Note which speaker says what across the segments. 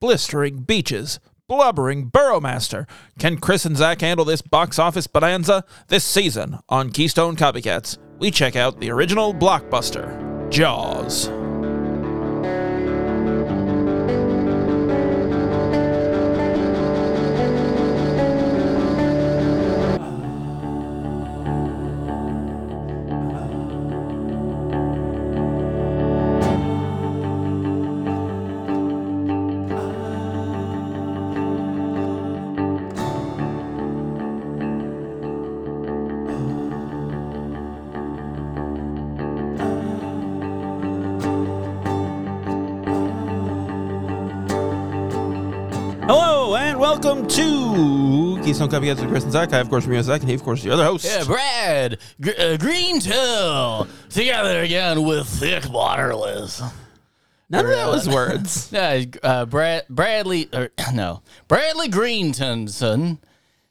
Speaker 1: blistering beaches, blubbering Burrowmaster. Can Chris and Zach handle this box office bonanza? This season on Keystone Copycats, we check out the original blockbuster, Jaws. Hello and welcome to Keystone Copycats with Chris and Zach. I, of course, Ramiro Zach, and he, of course, the other host.
Speaker 2: Yeah, Brad Gr- uh, Greenhill together again with Thick Waterless.
Speaker 1: None of that was words.
Speaker 2: Uh, uh, Brad Bradley or no Bradley Greentonson,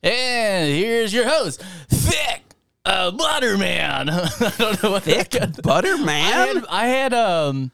Speaker 2: and here's your host Thick uh, Butterman. I don't know what thick.
Speaker 1: butter,
Speaker 2: I
Speaker 1: man?
Speaker 2: had, I had um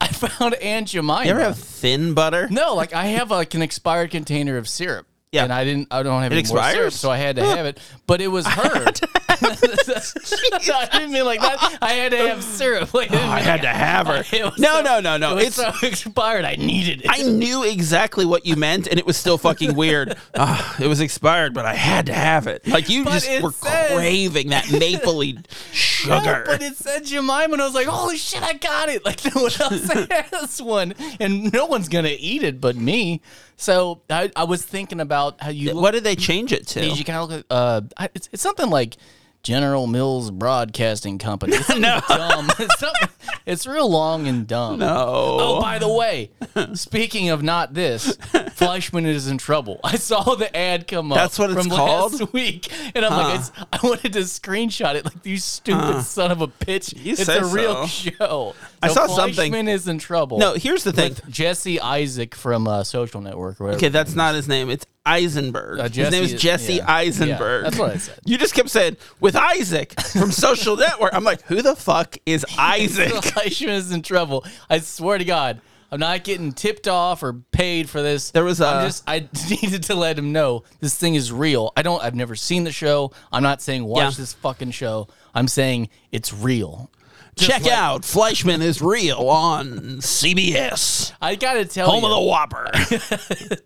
Speaker 2: I found Aunt Jemima.
Speaker 1: You ever have thin butter?
Speaker 2: No, like I have like an expired container of syrup.
Speaker 1: Yeah.
Speaker 2: And I didn't. I don't have
Speaker 1: It
Speaker 2: any more syrup,
Speaker 1: expires?
Speaker 2: so I had to have it. But it was her. I didn't mean like that. I had to have syrup. Like,
Speaker 1: Oh, I had to have her.
Speaker 2: It was
Speaker 1: No,
Speaker 2: so-
Speaker 1: no, no, no.
Speaker 2: It was
Speaker 1: It's
Speaker 2: so expired. I needed it.
Speaker 1: I knew exactly what you meant, and it was still fucking weird. Ah, it was expired, but I had to have it. Like you
Speaker 2: But
Speaker 1: just
Speaker 2: it
Speaker 1: were
Speaker 2: says-
Speaker 1: craving that mapley
Speaker 2: No,
Speaker 1: sugar.
Speaker 2: but it said Jemima, and I was like, "Holy shit, I got it!" Like no one else has one, and no one's gonna eat it but me. So I, I was thinking about how you
Speaker 1: what did they change it
Speaker 2: Did you
Speaker 1: to?
Speaker 2: kind of look at, uh, I- it's, it's something like General Mills Broadcasting Company. It's something dumb. It's, something, it's real long and dumb.
Speaker 1: No.
Speaker 2: Oh, by the way, speaking of not this, Fleischman is in trouble. I saw the ad come up.
Speaker 1: That's what it's
Speaker 2: from
Speaker 1: called?
Speaker 2: Last week, and I'm like, it's, I wanted to screenshot it. Like you stupid son of a bitch.
Speaker 1: You
Speaker 2: it's
Speaker 1: say
Speaker 2: a real
Speaker 1: so.
Speaker 2: show.
Speaker 1: I
Speaker 2: So
Speaker 1: saw something-
Speaker 2: Fleischman is in trouble.
Speaker 1: No, here's the thing.
Speaker 2: with Jesse Isaac from uh, Social Network. Or whatever.
Speaker 1: Okay, that's not his name. It's Eisenberg.
Speaker 2: Uh,
Speaker 1: his name
Speaker 2: Jesse-
Speaker 1: is Jesse
Speaker 2: yeah.
Speaker 1: Eisenberg.
Speaker 2: Yeah, that's what I said.
Speaker 1: You just kept saying with Isaac from Social Network. I'm like, who the fuck is Isaac?
Speaker 2: Fleischman is in trouble. I swear to God, I'm not getting tipped off or paid for this.
Speaker 1: There was uh,
Speaker 2: I'm
Speaker 1: a-
Speaker 2: just I needed to let him know this thing is real. I don't. I've never seen the show. I'm not saying watch
Speaker 1: Yeah.
Speaker 2: this fucking show. I'm saying it's real.
Speaker 1: Check out Fleischman is real on CBS.
Speaker 2: I gotta tell
Speaker 1: Home
Speaker 2: you,
Speaker 1: of the Whopper.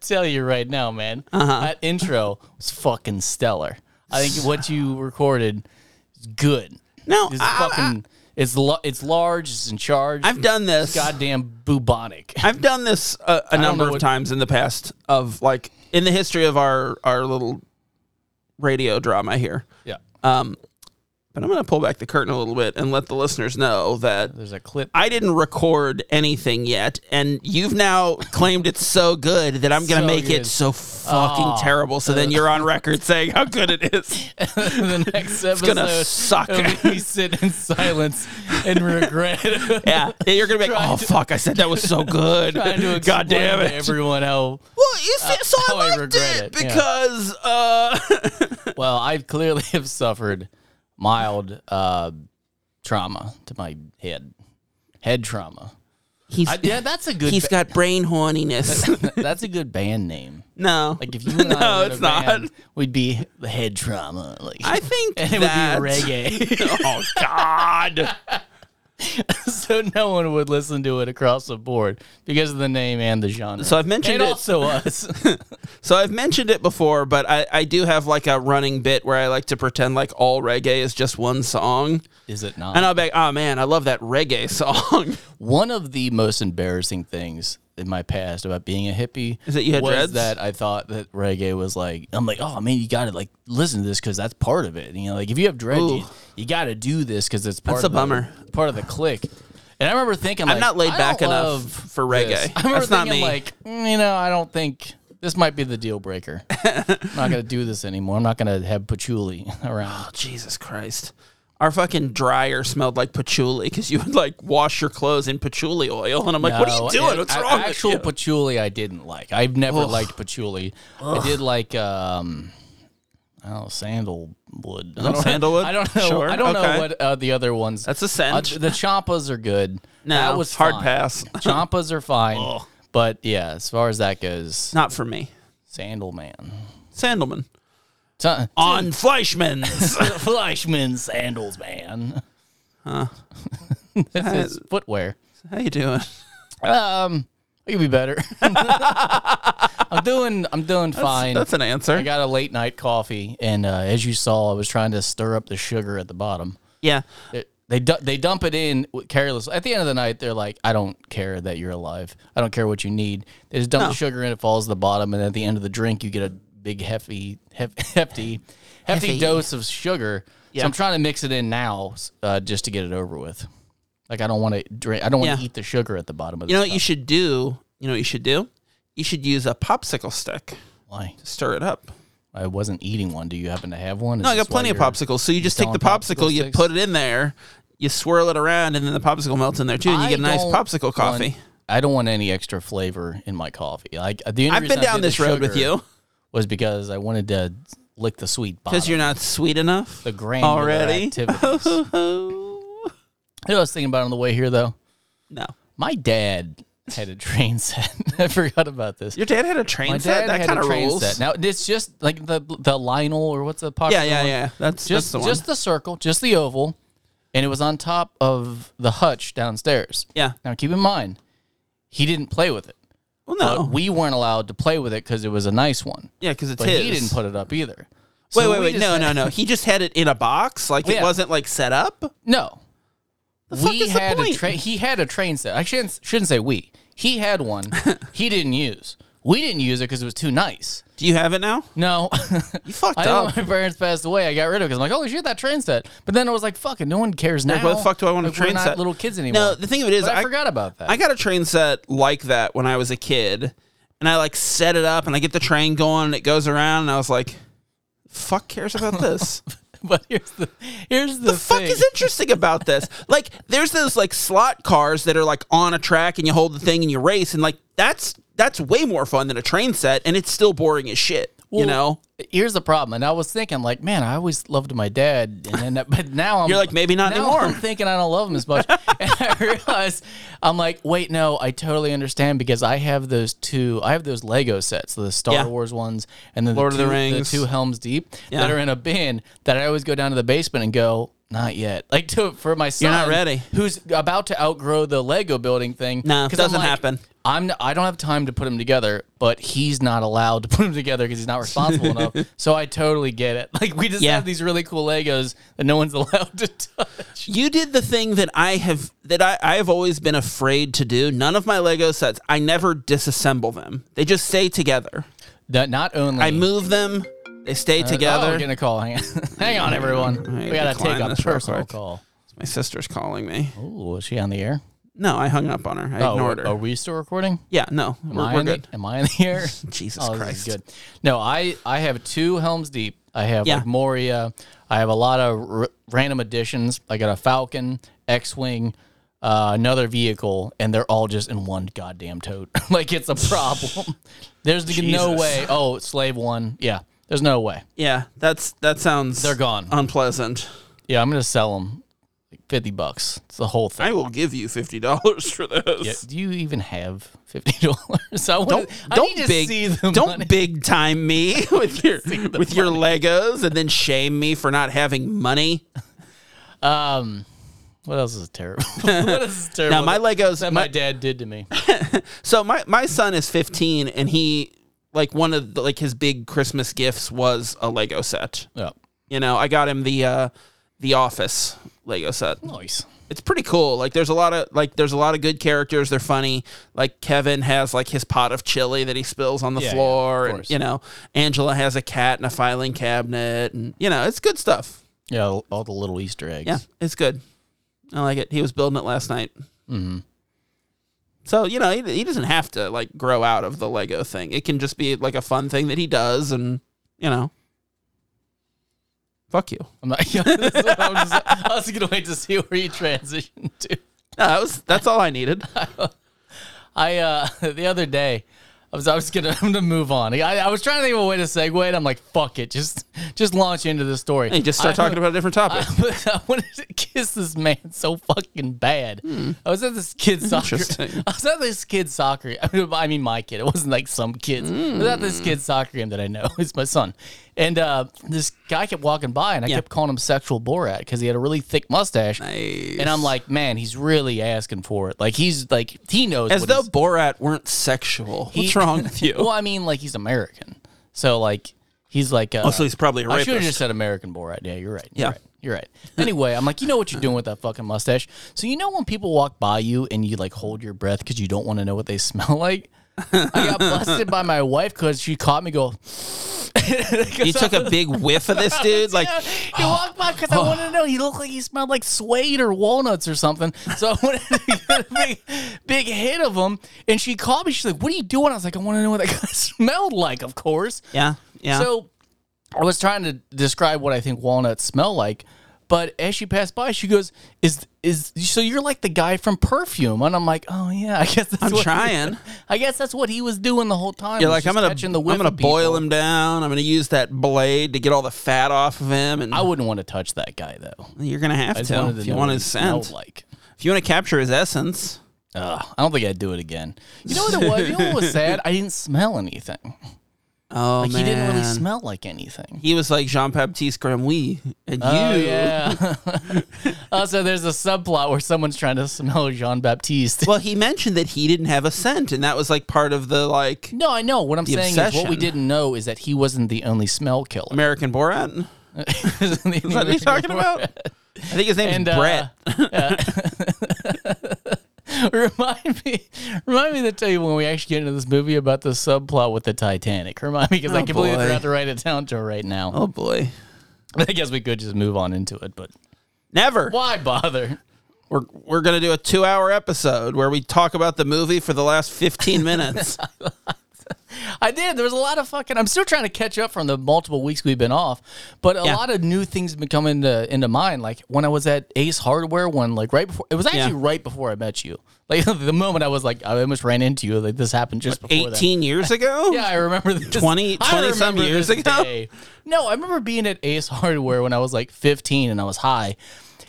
Speaker 2: tell you right now, man.
Speaker 1: Uh-huh.
Speaker 2: That intro was fucking stellar. I think what you recorded is good.
Speaker 1: No,
Speaker 2: It's
Speaker 1: I-
Speaker 2: fucking. it's lo- it's large. It's in charge.
Speaker 1: I've done this.
Speaker 2: goddamn bubonic.
Speaker 1: I've done this a, a number
Speaker 2: know
Speaker 1: of
Speaker 2: what-
Speaker 1: times in the past of like in the history of our our little radio drama here.
Speaker 2: Yeah.
Speaker 1: But I'm going to pull back the curtain a little bit and let the listeners know that
Speaker 2: There's a clip.
Speaker 1: I didn't record anything yet and you've now claimed it's so good that I'm going to
Speaker 2: So
Speaker 1: make it
Speaker 2: good.
Speaker 1: so
Speaker 2: Oh.
Speaker 1: fucking terrible so then you're on record saying how good it is.
Speaker 2: the next episode.
Speaker 1: gonna suck.
Speaker 2: it'll be We sit in silence and regret.
Speaker 1: Yeah, you're going to be like,
Speaker 2: Trying
Speaker 1: "Oh
Speaker 2: to-
Speaker 1: fuck, I said that was so good."
Speaker 2: Trying to
Speaker 1: God damn
Speaker 2: explain to
Speaker 1: it.
Speaker 2: everyone how
Speaker 1: Well, you see, so
Speaker 2: how I
Speaker 1: I liked
Speaker 2: regret
Speaker 1: it,
Speaker 2: it, yeah.
Speaker 1: because uh
Speaker 2: well I clearly have suffered mild uh, trauma to my head, head trauma.
Speaker 1: he's
Speaker 2: I, yeah, that's a good.
Speaker 1: he's
Speaker 2: ba-
Speaker 1: got brain horniness.
Speaker 2: that's a good band name.
Speaker 1: No.
Speaker 2: Like if you and I
Speaker 1: No,
Speaker 2: were in a
Speaker 1: it's not.
Speaker 2: band, we'd be the head trauma. Like
Speaker 1: I think
Speaker 2: and it
Speaker 1: that
Speaker 2: would be reggae,
Speaker 1: Oh God.
Speaker 2: so no one would listen to it across the board because of the name and the genre.
Speaker 1: So I've mentioned
Speaker 2: and
Speaker 1: it.
Speaker 2: also us.
Speaker 1: so I've mentioned it before, but I, I do have like a running bit where I like to pretend like all reggae is just one song,
Speaker 2: Is it not?
Speaker 1: and I'll be like, "Oh man, I love that reggae song."
Speaker 2: One of the most embarrassing things in my past about being a hippie
Speaker 1: Is that you had
Speaker 2: was
Speaker 1: dreads?
Speaker 2: that I thought that reggae was like I'm like oh man you got to like listen to this because that's part of it you know like if you have dreads
Speaker 1: Ooh.
Speaker 2: you, got to do this because it's part
Speaker 1: That's a
Speaker 2: of
Speaker 1: bummer.
Speaker 2: the, part of the click. And I remember thinking like,
Speaker 1: I'm not laid
Speaker 2: I
Speaker 1: back
Speaker 2: don't
Speaker 1: enough
Speaker 2: love
Speaker 1: for reggae.
Speaker 2: this. I remember
Speaker 1: That's not
Speaker 2: thinking
Speaker 1: me.
Speaker 2: like "Mm, you know I don't think this might be the deal breaker. I'm not gonna do this anymore. I'm not gonna have patchouli around.
Speaker 1: Jesus Christ. Our fucking dryer smelled like patchouli because you would like wash your clothes in patchouli oil, and I'm like, "What are you
Speaker 2: No,
Speaker 1: doing?
Speaker 2: it-
Speaker 1: What's
Speaker 2: Oh, a-
Speaker 1: wrong
Speaker 2: Actual
Speaker 1: with you?"
Speaker 2: patchouli, I didn't like. I've never liked patchouli. I did like um, I don't know, sandalwood. I don't-
Speaker 1: sandalwood?
Speaker 2: I don't know.
Speaker 1: Sure,
Speaker 2: I don't
Speaker 1: okay.
Speaker 2: know what uh, the other ones.
Speaker 1: That's a
Speaker 2: Uh,
Speaker 1: scent.
Speaker 2: th- the champas are good.
Speaker 1: No,
Speaker 2: that was
Speaker 1: hard
Speaker 2: fine.
Speaker 1: pass.
Speaker 2: champas are fine. But yeah, as far as that goes,
Speaker 1: Not for me.
Speaker 2: Sandalman.
Speaker 1: Sandelman.
Speaker 2: T-
Speaker 1: On Fleischmann's.
Speaker 2: Fleischman sandals, man. Huh. That's his footwear.
Speaker 1: How you doing?
Speaker 2: Um, I could be better. I'm doing. I'm doing fine.
Speaker 1: That's an answer.
Speaker 2: I got a late night coffee, and uh, as you saw, I was trying to stir up the sugar at the bottom.
Speaker 1: yeah.
Speaker 2: It- they du- they dump it in with- carelessly. At the end of the night, they're like, "I don't care that you're alive. I don't care what you need." They just dump the sugar in. It falls to the bottom, and at the end of the drink, you get a big hefty hef- hefty hefty
Speaker 1: Hefty.
Speaker 2: dose of sugar.
Speaker 1: Yeah.
Speaker 2: So I'm trying to mix it in now, s- uh, just to get it over with. Like I don't want to drink. I don't want to
Speaker 1: Yeah.
Speaker 2: eat the sugar at the bottom of.
Speaker 1: You know
Speaker 2: this
Speaker 1: what you should do? You know what you should do? You should use a popsicle stick
Speaker 2: why
Speaker 1: to stir it up.
Speaker 2: I wasn't eating one. Do you happen to have one?
Speaker 1: No, I got plenty of popsicles. So you just take the
Speaker 2: selling
Speaker 1: popsicle,
Speaker 2: popsicle
Speaker 1: you
Speaker 2: sticks?
Speaker 1: put it in there, you swirl it around, and then the popsicle melts in there too, and you get a nice popsicle coffee.
Speaker 2: I don't want any extra flavor in my coffee. Like the only
Speaker 1: I've
Speaker 2: reason
Speaker 1: been
Speaker 2: I
Speaker 1: down
Speaker 2: did the
Speaker 1: this road with
Speaker 2: sugar
Speaker 1: you
Speaker 2: was because I wanted to lick the sweet
Speaker 1: because
Speaker 2: bottom.
Speaker 1: you're not sweet enough.
Speaker 2: the granular
Speaker 1: already.
Speaker 2: activities. you know, what I was thinking about on the way here though.
Speaker 1: no,
Speaker 2: My dad had a train set. I forgot about this.
Speaker 1: your dad had a train
Speaker 2: My
Speaker 1: set.
Speaker 2: dad
Speaker 1: That
Speaker 2: had
Speaker 1: kind
Speaker 2: a
Speaker 1: of
Speaker 2: train
Speaker 1: rules.
Speaker 2: set. Now it's just like the the Lionel or what's the popular
Speaker 1: yeah, yeah,
Speaker 2: one?
Speaker 1: yeah. That's
Speaker 2: Just
Speaker 1: just the one.
Speaker 2: just the circle, just the oval, and it was on top of the hutch downstairs.
Speaker 1: yeah.
Speaker 2: Now keep in mind, he didn't play with it.
Speaker 1: Well,
Speaker 2: But
Speaker 1: no.
Speaker 2: Uh, we weren't allowed to play with it because it was a nice one.
Speaker 1: yeah, because it's
Speaker 2: But
Speaker 1: his.
Speaker 2: he didn't put it up
Speaker 1: wait,
Speaker 2: either. So
Speaker 1: wait,
Speaker 2: we
Speaker 1: wait.
Speaker 2: just
Speaker 1: No,
Speaker 2: had-
Speaker 1: no, no. He just had it in a box. Like it
Speaker 2: Yeah.
Speaker 1: wasn't like set up.
Speaker 2: No.
Speaker 1: fuck
Speaker 2: we
Speaker 1: is the
Speaker 2: had a
Speaker 1: point?
Speaker 2: train. He had a train set. I shouldn't shouldn't say we. He had one. he didn't use. We didn't use it because it was too nice.
Speaker 1: Do you have it now?
Speaker 2: No,
Speaker 1: You fucked
Speaker 2: I know
Speaker 1: up.
Speaker 2: my parents passed away. I got rid of it because I'm like, holy shit, that train set. But then I was like, fucking, no one cares now.
Speaker 1: Like, why the fuck do I want a
Speaker 2: Like,
Speaker 1: train
Speaker 2: we're not
Speaker 1: set?
Speaker 2: Little kids anymore.
Speaker 1: No, the thing of it is,
Speaker 2: But I,
Speaker 1: I
Speaker 2: forgot about that.
Speaker 1: I got a train set like that when I was a kid, and I like set it up, and I get the train going, and it goes around, and I was like, "Fuck cares about this?
Speaker 2: but here's the here's the,
Speaker 1: the fuck
Speaker 2: thing.
Speaker 1: is interesting about this? Like, there's those like slot cars that are like on a track, and you hold the thing and you race, and like that's that's way more fun than a train set, and it's still boring as shit. you
Speaker 2: Well,
Speaker 1: know,
Speaker 2: Here's the problem, and I was thinking, like, man, I always loved my dad, and then, but now I'm
Speaker 1: You're like, maybe not
Speaker 2: now
Speaker 1: anymore.
Speaker 2: I'm thinking I don't love him as much, and I realize I'm like, wait, no, I totally understand because I have those two, I have those Lego sets, the Star
Speaker 1: Yeah.
Speaker 2: Wars ones, and then
Speaker 1: Lord of
Speaker 2: the,
Speaker 1: the
Speaker 2: two,
Speaker 1: Rings.
Speaker 2: two Helms Deep
Speaker 1: Yeah.
Speaker 2: that are in a bin that I always go down to the basement and go. Not yet. Like to for my son,
Speaker 1: not ready.
Speaker 2: Who's about to outgrow the Lego building thing?
Speaker 1: No,
Speaker 2: 'Cause I'm
Speaker 1: doesn't happen.
Speaker 2: I'm n- I don't have time to put them together, but he's not allowed to put them together because he's not responsible enough. So I totally get it. Like we just
Speaker 1: Yeah.
Speaker 2: have these really cool Legos that no one's allowed to touch.
Speaker 1: you did the thing that I have that I, I have always been afraid to do. None of my Lego sets, I never disassemble them. They just stay together.
Speaker 2: Not, not only
Speaker 1: I move them, they stay
Speaker 2: Oh,
Speaker 1: together.
Speaker 2: we're getting a call. Hang on, Hang on everyone.
Speaker 1: Hey,
Speaker 2: We gotta
Speaker 1: decline
Speaker 2: take a
Speaker 1: this real
Speaker 2: personal
Speaker 1: quick.
Speaker 2: call.
Speaker 1: my sister's calling me.
Speaker 2: Ooh, is she on the air?
Speaker 1: No, I hung up on her. I
Speaker 2: Oh,
Speaker 1: ignored her.
Speaker 2: are we still recording?
Speaker 1: yeah, no, we're,
Speaker 2: Am I
Speaker 1: we're
Speaker 2: on the-
Speaker 1: good.
Speaker 2: am I on the air?
Speaker 1: Jesus
Speaker 2: oh, this is
Speaker 1: Christ.
Speaker 2: good. No, I I have two Helms Deep. I have
Speaker 1: Yeah.
Speaker 2: like Moria. I have a lot of r- random additions. I got a Falcon, X-wing, uh, another vehicle, and they're all just in one goddamn tote. like it's a problem. There's no
Speaker 1: Jesus.
Speaker 2: way. Oh, slave one. Yeah, there's no way.
Speaker 1: Yeah, that's that sounds.
Speaker 2: They're gone.
Speaker 1: Unpleasant.
Speaker 2: Yeah, I'm gonna sell them. Like Fifty bucks. It's the whole thing.
Speaker 1: I will give you fifty dollars for this.
Speaker 2: Yeah, Do you even have fifty dollars? I
Speaker 1: Don't
Speaker 2: want. I
Speaker 1: don't
Speaker 2: need to
Speaker 1: big
Speaker 2: see the
Speaker 1: don't
Speaker 2: money.
Speaker 1: big time me with your with your Legos and then shame me for not having money.
Speaker 2: Um, what else is terrible? what else is terrible?
Speaker 1: Now my Legos
Speaker 2: that my, dad did to me.
Speaker 1: So my my son is 15 and he like one of the, like his big Christmas gifts was a Lego set.
Speaker 2: yeah,
Speaker 1: You know, I got him the uh the Office Lego set.
Speaker 2: nice.
Speaker 1: It's pretty cool. Like there's a lot of like there's a lot of good characters. They're funny. Like Kevin has like his pot of chili that he spills on the
Speaker 2: Yeah, yeah,
Speaker 1: floor
Speaker 2: of
Speaker 1: and
Speaker 2: course.
Speaker 1: you know, Angela has a cat and a filing cabinet and you know, it's good stuff.
Speaker 2: Yeah, all- all the little Easter eggs.
Speaker 1: Yeah, it's good. I like it. He was building it last night. Mm-hmm. So you know, he, he doesn't have to like grow out of the Lego thing. It can just be like a fun thing that he does, and you know, fuck you.
Speaker 2: I'm not. Yeah, that's what I'm just, I was gonna wait to see where you transition to.
Speaker 1: No, that was that's all I needed.
Speaker 2: I uh, the other day, I was, I was gonna, I'm gonna move on. I, I was trying to think of a way to segue, and I'm like, fuck it, just just launch into the story.
Speaker 3: And you just start
Speaker 2: I-
Speaker 3: talking about a different topic.
Speaker 2: but I wanted to kiss this man so fucking bad.
Speaker 1: Hmm.
Speaker 2: I was at this kid's soccer.
Speaker 3: Interesting.
Speaker 2: I was at this kid's soccer. I mean, I mean, my kid. It wasn't like some kids. I was at this
Speaker 1: Hmm.
Speaker 2: kid's soccer game that I know. It's my son. And uh, this guy kept walking by, and I
Speaker 1: Yeah.
Speaker 2: kept calling him sexual Borat because he had a really thick mustache. And I'm like, man, he's really asking for it. Like he's like he knows.
Speaker 1: As
Speaker 2: what
Speaker 1: though
Speaker 2: he's-
Speaker 1: Borat weren't sexual.
Speaker 2: he-
Speaker 1: What's wrong with you?
Speaker 2: well, I mean, like he's American, so like he's like. Uh,
Speaker 1: oh, so he's probably a
Speaker 2: I should have
Speaker 1: rapist.
Speaker 2: just said American Borat. Yeah, you're right.
Speaker 1: Yeah.
Speaker 2: You're right. You're right. Anyway, I'm like, you know what you're doing with that fucking mustache. So you know when people walk by you and you like hold your breath because you don't want to know what they smell like. I got busted by my wife because she caught me go.
Speaker 1: you took a big whiff of this dude. Like,
Speaker 2: he walked by because I wanted to know. He looked like he smelled like suede or walnuts or something. So I wanted to get a big, big hit of him. And she called me. She's like, "What are you doing?" I was like, "I want to know what that guy smelled like." Of course.
Speaker 1: yeah, yeah.
Speaker 2: So I was trying to describe what I think walnuts smell like, but as she passed by, she goes, "Is is so you're like the guy from Perfume?" And I'm like, "Oh yeah, I guess that's
Speaker 1: I'm
Speaker 2: what he-
Speaker 1: trying.
Speaker 2: I guess that's what he was doing the whole time.
Speaker 1: You're
Speaker 2: was
Speaker 1: like, I'm
Speaker 2: just
Speaker 1: gonna,
Speaker 2: catching the
Speaker 1: I'm
Speaker 2: whiff
Speaker 1: gonna
Speaker 2: of people."
Speaker 1: boil him down. I'm gonna use that blade to get all the fat off of him, and
Speaker 2: I wouldn't want to touch that guy though.
Speaker 1: you're gonna have
Speaker 2: I just
Speaker 1: to
Speaker 2: wanted to
Speaker 1: if you
Speaker 2: know
Speaker 1: want
Speaker 2: what
Speaker 1: his
Speaker 2: he smelled
Speaker 1: scent.
Speaker 2: like.
Speaker 1: If you want to capture his essence,
Speaker 2: Ugh, I don't think I'd do it again. You know what it was? You know what was sad? I didn't smell anything.
Speaker 1: oh
Speaker 2: Like
Speaker 1: man,
Speaker 2: he didn't really smell like anything.
Speaker 1: He was like Jean Baptiste Gramouille, and
Speaker 2: Oh,
Speaker 1: you.
Speaker 2: yeah. also, there's a subplot where someone's trying to smell Jean Baptiste.
Speaker 1: Well, he mentioned that he didn't have a scent, and that was like part of the like
Speaker 2: No, I know. What I'm saying is what we
Speaker 1: obsession.
Speaker 2: didn't know is that he wasn't the only smell killer.
Speaker 1: American Borat.
Speaker 2: is that
Speaker 1: Is that what he's talking about? I think his name's
Speaker 2: And
Speaker 1: is
Speaker 2: uh,
Speaker 1: Brett.
Speaker 2: yeah. remind me, remind me to tell you when we actually get into this movie about the subplot with the Titanic. Remind me because I
Speaker 1: Oh,
Speaker 2: completely
Speaker 1: boy.
Speaker 2: forgot to write it down to right now.
Speaker 1: Oh boy,
Speaker 2: I guess we could just move on into it, but
Speaker 1: never.
Speaker 2: why bother?
Speaker 1: We're we're gonna do a two-hour episode where we talk about the movie for the last fifteen minutes.
Speaker 2: I did. There was a lot of fucking. I'm still trying to catch up from the multiple weeks we've been off, but a
Speaker 1: Yeah.
Speaker 2: lot of new things have been coming into, into mind. Like when I was at Ace Hardware, one like right before it was actually
Speaker 1: Yeah.
Speaker 2: right before I met you. Like the moment I was like, I almost ran into you. Like this happened just before that.
Speaker 1: Eighteen years ago.
Speaker 2: Yeah, I remember this.
Speaker 1: 20
Speaker 2: I
Speaker 1: 20 some
Speaker 2: remember
Speaker 1: years
Speaker 2: this
Speaker 1: ago?
Speaker 2: day. No, I remember being at Ace Hardware when I was like 15 and I was high.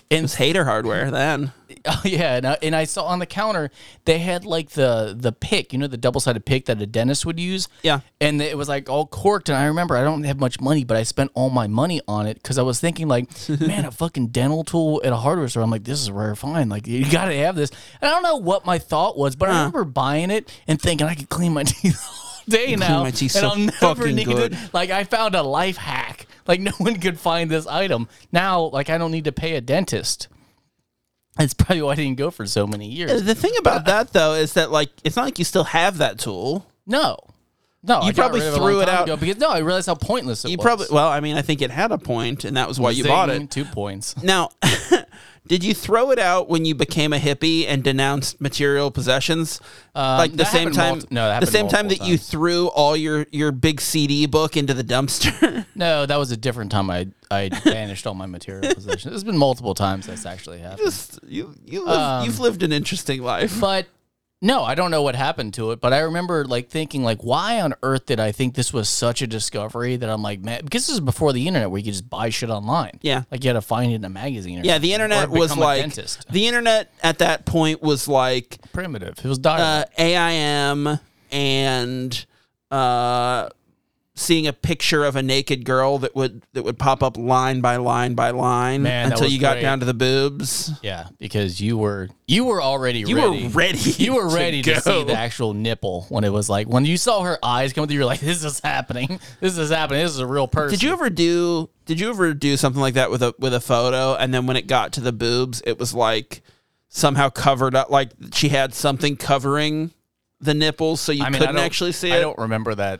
Speaker 2: And
Speaker 1: It's hater hardware then.
Speaker 2: Oh yeah, and I, and I saw on the counter they had like the the pick, you know, the double sided pick that a dentist would use.
Speaker 1: Yeah.
Speaker 2: and it was like all corked. And I remember I don't have much money, but I spent all my money on it because I was thinking like, man, a fucking dental tool at a hardware store. I'm like, this is a rare find. Like you got to have this. And I don't know what my thought was, but I remember buying it and thinking I could clean my teeth all day now,
Speaker 1: my teeth
Speaker 2: and
Speaker 1: so
Speaker 2: I'll never
Speaker 1: fucking
Speaker 2: need
Speaker 1: good.
Speaker 2: it. Like I found a life hack. Like no one could find this item now. Like I don't need to pay a dentist. That's probably why I didn't go for so many years.
Speaker 1: Uh, The thing about that though is that like it's not like you still have that tool.
Speaker 2: No, no, you
Speaker 1: probably threw it out-
Speaker 2: because no, I realized how pointless it
Speaker 1: You
Speaker 2: was.
Speaker 1: probably well, I mean, I think it had a point, and that was why you bought
Speaker 2: Zing,
Speaker 1: it.
Speaker 2: Two points.
Speaker 1: Now, did you throw it out when you became a hippie and denounced material possessions? like the
Speaker 2: Um, that
Speaker 1: same
Speaker 2: happened
Speaker 1: time,
Speaker 2: multi- no, that
Speaker 1: the
Speaker 2: happened
Speaker 1: same time that
Speaker 2: multiple
Speaker 1: you threw all your your big CD book into the dumpster.
Speaker 2: No, that was a different time. I I banished all my material possessions. It's been multiple times that's actually happened.
Speaker 1: Just- you you live,
Speaker 2: Um,
Speaker 1: you've lived an interesting life.
Speaker 2: but no, I don't know what happened to it, but I remember like thinking like why on earth did I think this was such a discovery that I'm like, man, because this is before the internet where you could just buy shit online.
Speaker 1: Yeah.
Speaker 2: Like you had to find it in a magazine or
Speaker 1: Yeah, the
Speaker 2: something, or
Speaker 1: internet was
Speaker 2: become a
Speaker 1: like
Speaker 2: dentist.
Speaker 1: the internet at that point was like
Speaker 2: primitive. It was dire.
Speaker 1: uh, AIM and uh, seeing a picture of a naked girl that would that would pop up line by line by line
Speaker 2: Man, that
Speaker 1: until
Speaker 2: was
Speaker 1: you got
Speaker 2: great.
Speaker 1: down to the boobs.
Speaker 2: yeah, because you were you were already
Speaker 1: You
Speaker 2: ready.
Speaker 1: were ready.
Speaker 2: You were ready to, see
Speaker 1: go.
Speaker 2: the actual nipple when it was like when you saw her eyes come through. You're like, "This is happening. This is happening. This is a real person."
Speaker 1: Did you ever do Did you ever do something like that with a with a photo, and then when it got to the boobs, it was like somehow covered up, like she had something covering the nipples, so you
Speaker 2: I mean, I
Speaker 1: couldn't
Speaker 2: don't-
Speaker 1: actually see
Speaker 2: I
Speaker 1: it.
Speaker 2: don't remember that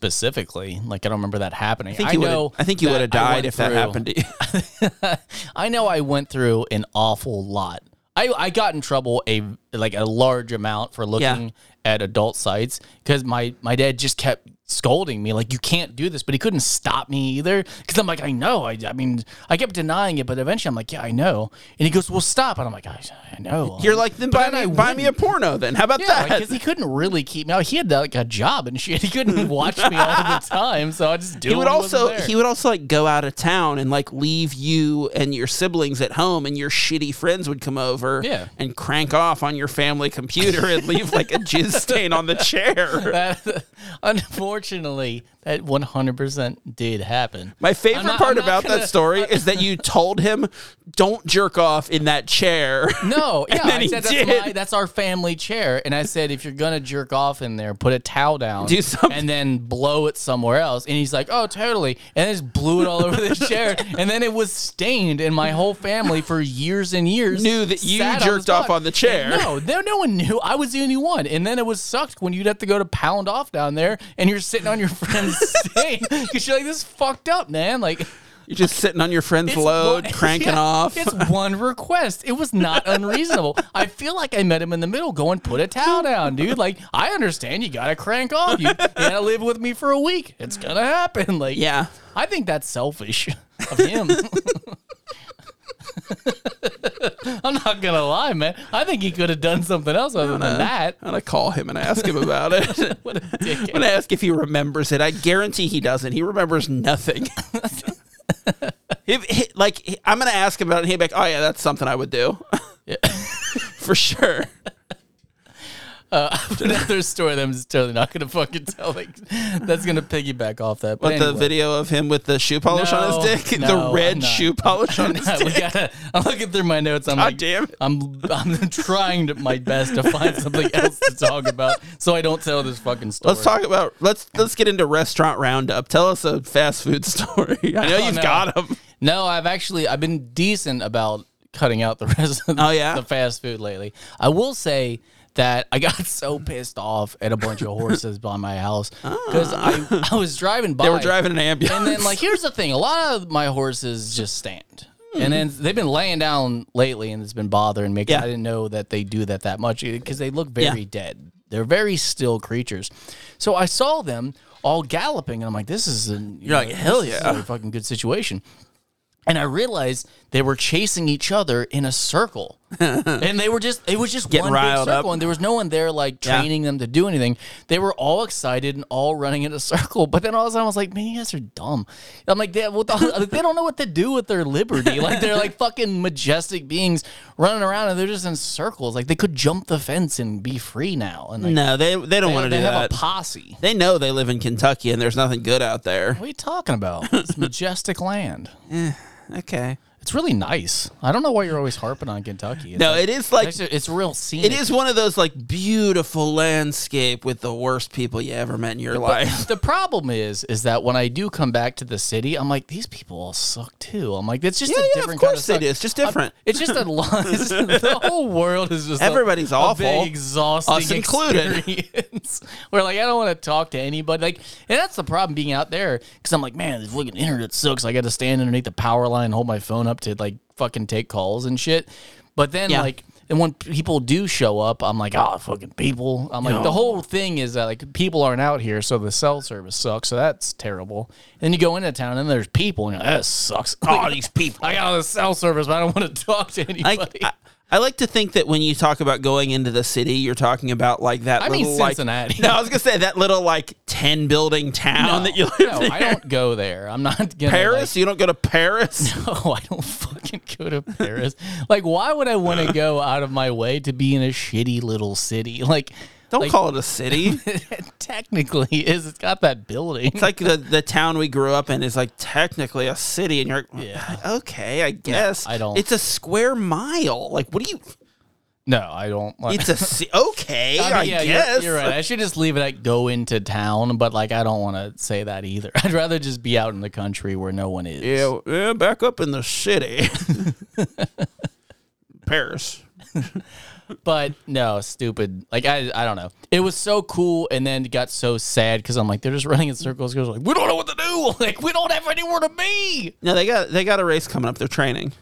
Speaker 2: specifically. Like, I don't remember that happening. I,
Speaker 1: think you would've-
Speaker 2: know.
Speaker 1: I think you
Speaker 2: that
Speaker 1: would have
Speaker 2: I
Speaker 1: died
Speaker 2: went
Speaker 1: if that
Speaker 2: through-
Speaker 1: happened to you.
Speaker 2: I know I went through an awful lot. I, I got in trouble a like a large amount for looking at adult sites because my my dad just kept scolding me like you can't do this, but he couldn't stop me either because I'm like I know I, I mean I kept denying it, but eventually I'm like yeah I know, and he goes well stop, and I'm like I, I know
Speaker 1: You're like, then buy,
Speaker 2: But
Speaker 1: me,
Speaker 2: I
Speaker 1: buy me a
Speaker 2: wouldn't.
Speaker 1: porno then. How about
Speaker 2: Yeah,
Speaker 1: that?
Speaker 2: because he couldn't really keep me out. He had like a job and shit. He couldn't watch me all the time, so I just do.
Speaker 1: he would
Speaker 2: when he wasn't
Speaker 1: also
Speaker 2: there.
Speaker 1: he would also like go out of town and like leave you and your siblings at home and your shitty friends would come over
Speaker 2: Yeah.
Speaker 1: and crank off on your family computer and leave like a jizz stain on the chair.
Speaker 2: That- unfortunately, that 100% did happen.
Speaker 1: My favorite
Speaker 2: I'm not-
Speaker 1: part
Speaker 2: I'm not
Speaker 1: about
Speaker 2: gonna-
Speaker 1: that story is that you told him don't jerk off in that chair.
Speaker 2: no, yeah,
Speaker 1: then
Speaker 2: I
Speaker 1: he
Speaker 2: said,
Speaker 1: did.
Speaker 2: that's, my, that's our family chair. And I said, if you're gonna jerk off in there, put a towel down,
Speaker 1: Do something.
Speaker 2: and then blow it somewhere else. And he's like, oh, totally, and I just blew it all over the chair. And then it was stained, and my whole family for years and years
Speaker 1: Knew that you
Speaker 2: sat on
Speaker 1: jerked
Speaker 2: this
Speaker 1: off
Speaker 2: box.
Speaker 1: on the chair.
Speaker 2: No, no, no one knew. I was the only one. And then it was sucked when you'd have to go to pound off down there, and you're sitting on your friend's stain because you're like, this is fucked up, man. Like.
Speaker 1: You're just sitting on your friend's
Speaker 2: It's
Speaker 1: load,
Speaker 2: one-
Speaker 1: cranking
Speaker 2: yeah,
Speaker 1: off.
Speaker 2: It's one request. It was not unreasonable. I feel like I met him in the middle going, put a towel down, dude. Like, I understand you got to crank off. You got to live with me for a week. It's going to happen. Like,
Speaker 1: Yeah.
Speaker 2: I think that's selfish of him. I'm not going to lie, man. I think he could have done something else other than that.
Speaker 1: I'm gonna call him and ask him about it.
Speaker 2: What a
Speaker 1: I'm
Speaker 2: dickhead.
Speaker 1: gonna ask if he remembers it. I guarantee he doesn't. He remembers nothing. If- he- like he- I'm gonna ask him about it. He'll be like, "Oh yeah, that's something I would do, for sure."
Speaker 2: Another story that I'm just totally not going to fucking tell. Like, that's going to piggyback off that.
Speaker 1: But
Speaker 2: But
Speaker 1: the
Speaker 2: anyway.
Speaker 1: video of him with the shoe polish on
Speaker 2: No,
Speaker 1: his dick,
Speaker 2: no,
Speaker 1: the red
Speaker 2: I'm not.
Speaker 1: shoe polish on his
Speaker 2: Nah, we
Speaker 1: dick.
Speaker 2: gotta, I'm looking through my notes. I'm
Speaker 1: God
Speaker 2: like,
Speaker 1: damn it.
Speaker 2: I'm I'm trying to, my best to find something else to talk about, so I don't tell this fucking story.
Speaker 1: Let's talk about let's let's get into restaurant roundup. Tell us a fast food story. I know
Speaker 2: Oh,
Speaker 1: you've
Speaker 2: no.
Speaker 1: got them.
Speaker 2: No, I've actually I've been decent about cutting out the rest of the,
Speaker 1: Oh, yeah?
Speaker 2: the fast food lately. I will say that I got so pissed off at a bunch of horses by my house because I, I was driving by.
Speaker 1: Ah. They were driving an ambulance.
Speaker 2: And then, like, here's the thing: a lot of my horses just stand, and then they've been laying down lately, and it's been bothering me. 'cause
Speaker 1: Yeah.
Speaker 2: I didn't know that they do that that much because they look very
Speaker 1: Yeah.
Speaker 2: dead. They're very still creatures. So I saw them all galloping, and I'm like, "This is an you
Speaker 1: You're like, "Hell
Speaker 2: this is
Speaker 1: yeah."
Speaker 2: a fucking good situation." And I realized they were chasing each other in a circle, and they were just it was just
Speaker 1: Getting
Speaker 2: one big
Speaker 1: riled up.
Speaker 2: circle, and there was no one there like
Speaker 1: Yeah.
Speaker 2: training them to do anything. They were all excited and all running in a circle. But then all of a sudden, I was like, "Man, you guys are dumb." I'm like, "They, what the, they don't know what to do with their liberty. Like they're like fucking majestic beings running around, and they're just in circles. Like they could jump the fence and be free now." And like,
Speaker 1: no, they they don't want to
Speaker 2: they
Speaker 1: do
Speaker 2: have
Speaker 1: that.
Speaker 2: a posse.
Speaker 1: they know they live in Kentucky and there's nothing good out there.
Speaker 2: What are you talking about? It's majestic land.
Speaker 1: Okay.
Speaker 2: It's really nice. I don't know why you're always harping on Kentucky. It's
Speaker 1: No,
Speaker 2: like,
Speaker 1: it is like
Speaker 2: it's, it's real scenic.
Speaker 1: It is one of those like beautiful landscape with the worst people you ever met in your life.
Speaker 2: the problem is is that when I do come back to the city, I'm like, these people all suck too. I'm like, it's just
Speaker 1: Yeah,
Speaker 2: a
Speaker 1: yeah,
Speaker 2: different
Speaker 1: of
Speaker 2: kind of
Speaker 1: course
Speaker 2: suck.
Speaker 1: it is. Just different.
Speaker 2: It's just a lot. the whole world is just a-
Speaker 1: Everybody's
Speaker 2: a
Speaker 1: awful.
Speaker 2: big, exhausting,
Speaker 1: Us included.
Speaker 2: experience. Where like I don't want to talk to anybody. Like, and that's the problem being out there because I'm like, man, this fucking internet sucks. I got to stand underneath the power line, and hold my phone up to like fucking take calls and shit. But then
Speaker 1: Yeah.
Speaker 2: like. And when people do show up, I'm like, oh, fucking people. I'm like, the whole thing is that like people aren't out here, so the cell service sucks, so that's terrible. then you go into town and there's people, and you're like, that sucks. Oh,
Speaker 1: All these people.
Speaker 2: I got all the cell service, but I don't want to talk to
Speaker 1: I,
Speaker 2: anybody.
Speaker 1: I, I like to think that when you talk about going into the city, you're talking about like that
Speaker 2: I mean
Speaker 1: little like
Speaker 2: Cincinnati.
Speaker 1: No, I was gonna say that little like ten building town that you live
Speaker 2: no,
Speaker 1: in.
Speaker 2: I don't go there. I'm not gonna
Speaker 1: Paris? you don't go to Paris?
Speaker 2: Like, no, I don't fucking go to Paris. like, why would I want to go out of my way to be in a shitty little city? Like,
Speaker 1: Don't
Speaker 2: like,
Speaker 1: call it a city.
Speaker 2: technically is it's got that building.
Speaker 1: It's like the, the town we grew up in is like technically a city, and you're like,
Speaker 2: Yeah.
Speaker 1: okay, I guess.
Speaker 2: I don't-
Speaker 1: It's a square mile. Like, what do you?
Speaker 2: no, I don't. Like,
Speaker 1: It's a ci- okay, I,
Speaker 2: I mean, yeah, you're-
Speaker 1: guess.
Speaker 2: You're, right. I should just leave it at go into town, but like I don't want to say that either. I'd rather just be out in the country where no one is.
Speaker 1: Yeah, yeah, back up in the city. Paris.
Speaker 2: But no, stupid. Like I, I don't know. It was so cool, and then it got so sad because I'm like, they're just running in circles. Because like, we don't know what to do. Like, we don't have anywhere to be.
Speaker 1: No, they got they got a race coming up. They're training.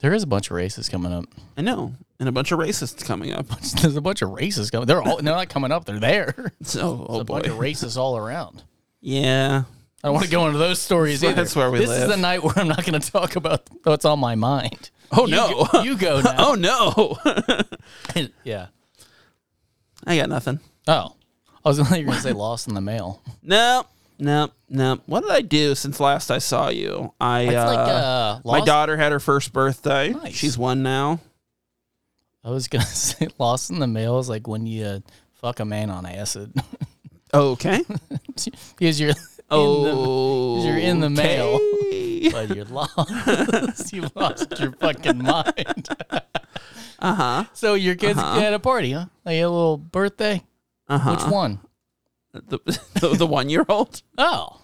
Speaker 2: There is a bunch of races coming up.
Speaker 1: I know. and a bunch of racists coming up.
Speaker 2: There's a bunch of racists coming. They're all they're not coming up. They're there.
Speaker 1: So, oh
Speaker 2: a
Speaker 1: boy,
Speaker 2: bunch of racists all around.
Speaker 1: yeah.
Speaker 2: I don't want to go into those stories either.
Speaker 1: That's where we
Speaker 2: this
Speaker 1: live.
Speaker 2: is the night where I'm not going to talk about what's on my mind.
Speaker 1: Oh
Speaker 2: You
Speaker 1: no.
Speaker 2: go- you go now.
Speaker 1: oh no.
Speaker 2: yeah.
Speaker 1: I got nothing.
Speaker 2: Oh, I was going to say lost in the mail.
Speaker 1: No, no, no. What did I do since last I saw you? I
Speaker 2: It's
Speaker 1: uh,
Speaker 2: like uh,
Speaker 1: my
Speaker 2: lost.
Speaker 1: daughter had her first birthday.
Speaker 2: Nice.
Speaker 1: She's one now.
Speaker 2: I was going to say lost in the mail is like when you uh, fuck a man on acid
Speaker 1: Okay.
Speaker 2: because you're oh.
Speaker 1: oh,
Speaker 2: you're in the mail.
Speaker 1: mail.
Speaker 2: but you're lost. you lost your fucking mind.
Speaker 1: Uh huh.
Speaker 2: So your kids
Speaker 1: Uh-huh.
Speaker 2: had a party, huh? Like a little birthday.
Speaker 1: Uh
Speaker 2: Which
Speaker 1: huh.
Speaker 2: one?
Speaker 1: The, the, the one year old.
Speaker 2: Oh,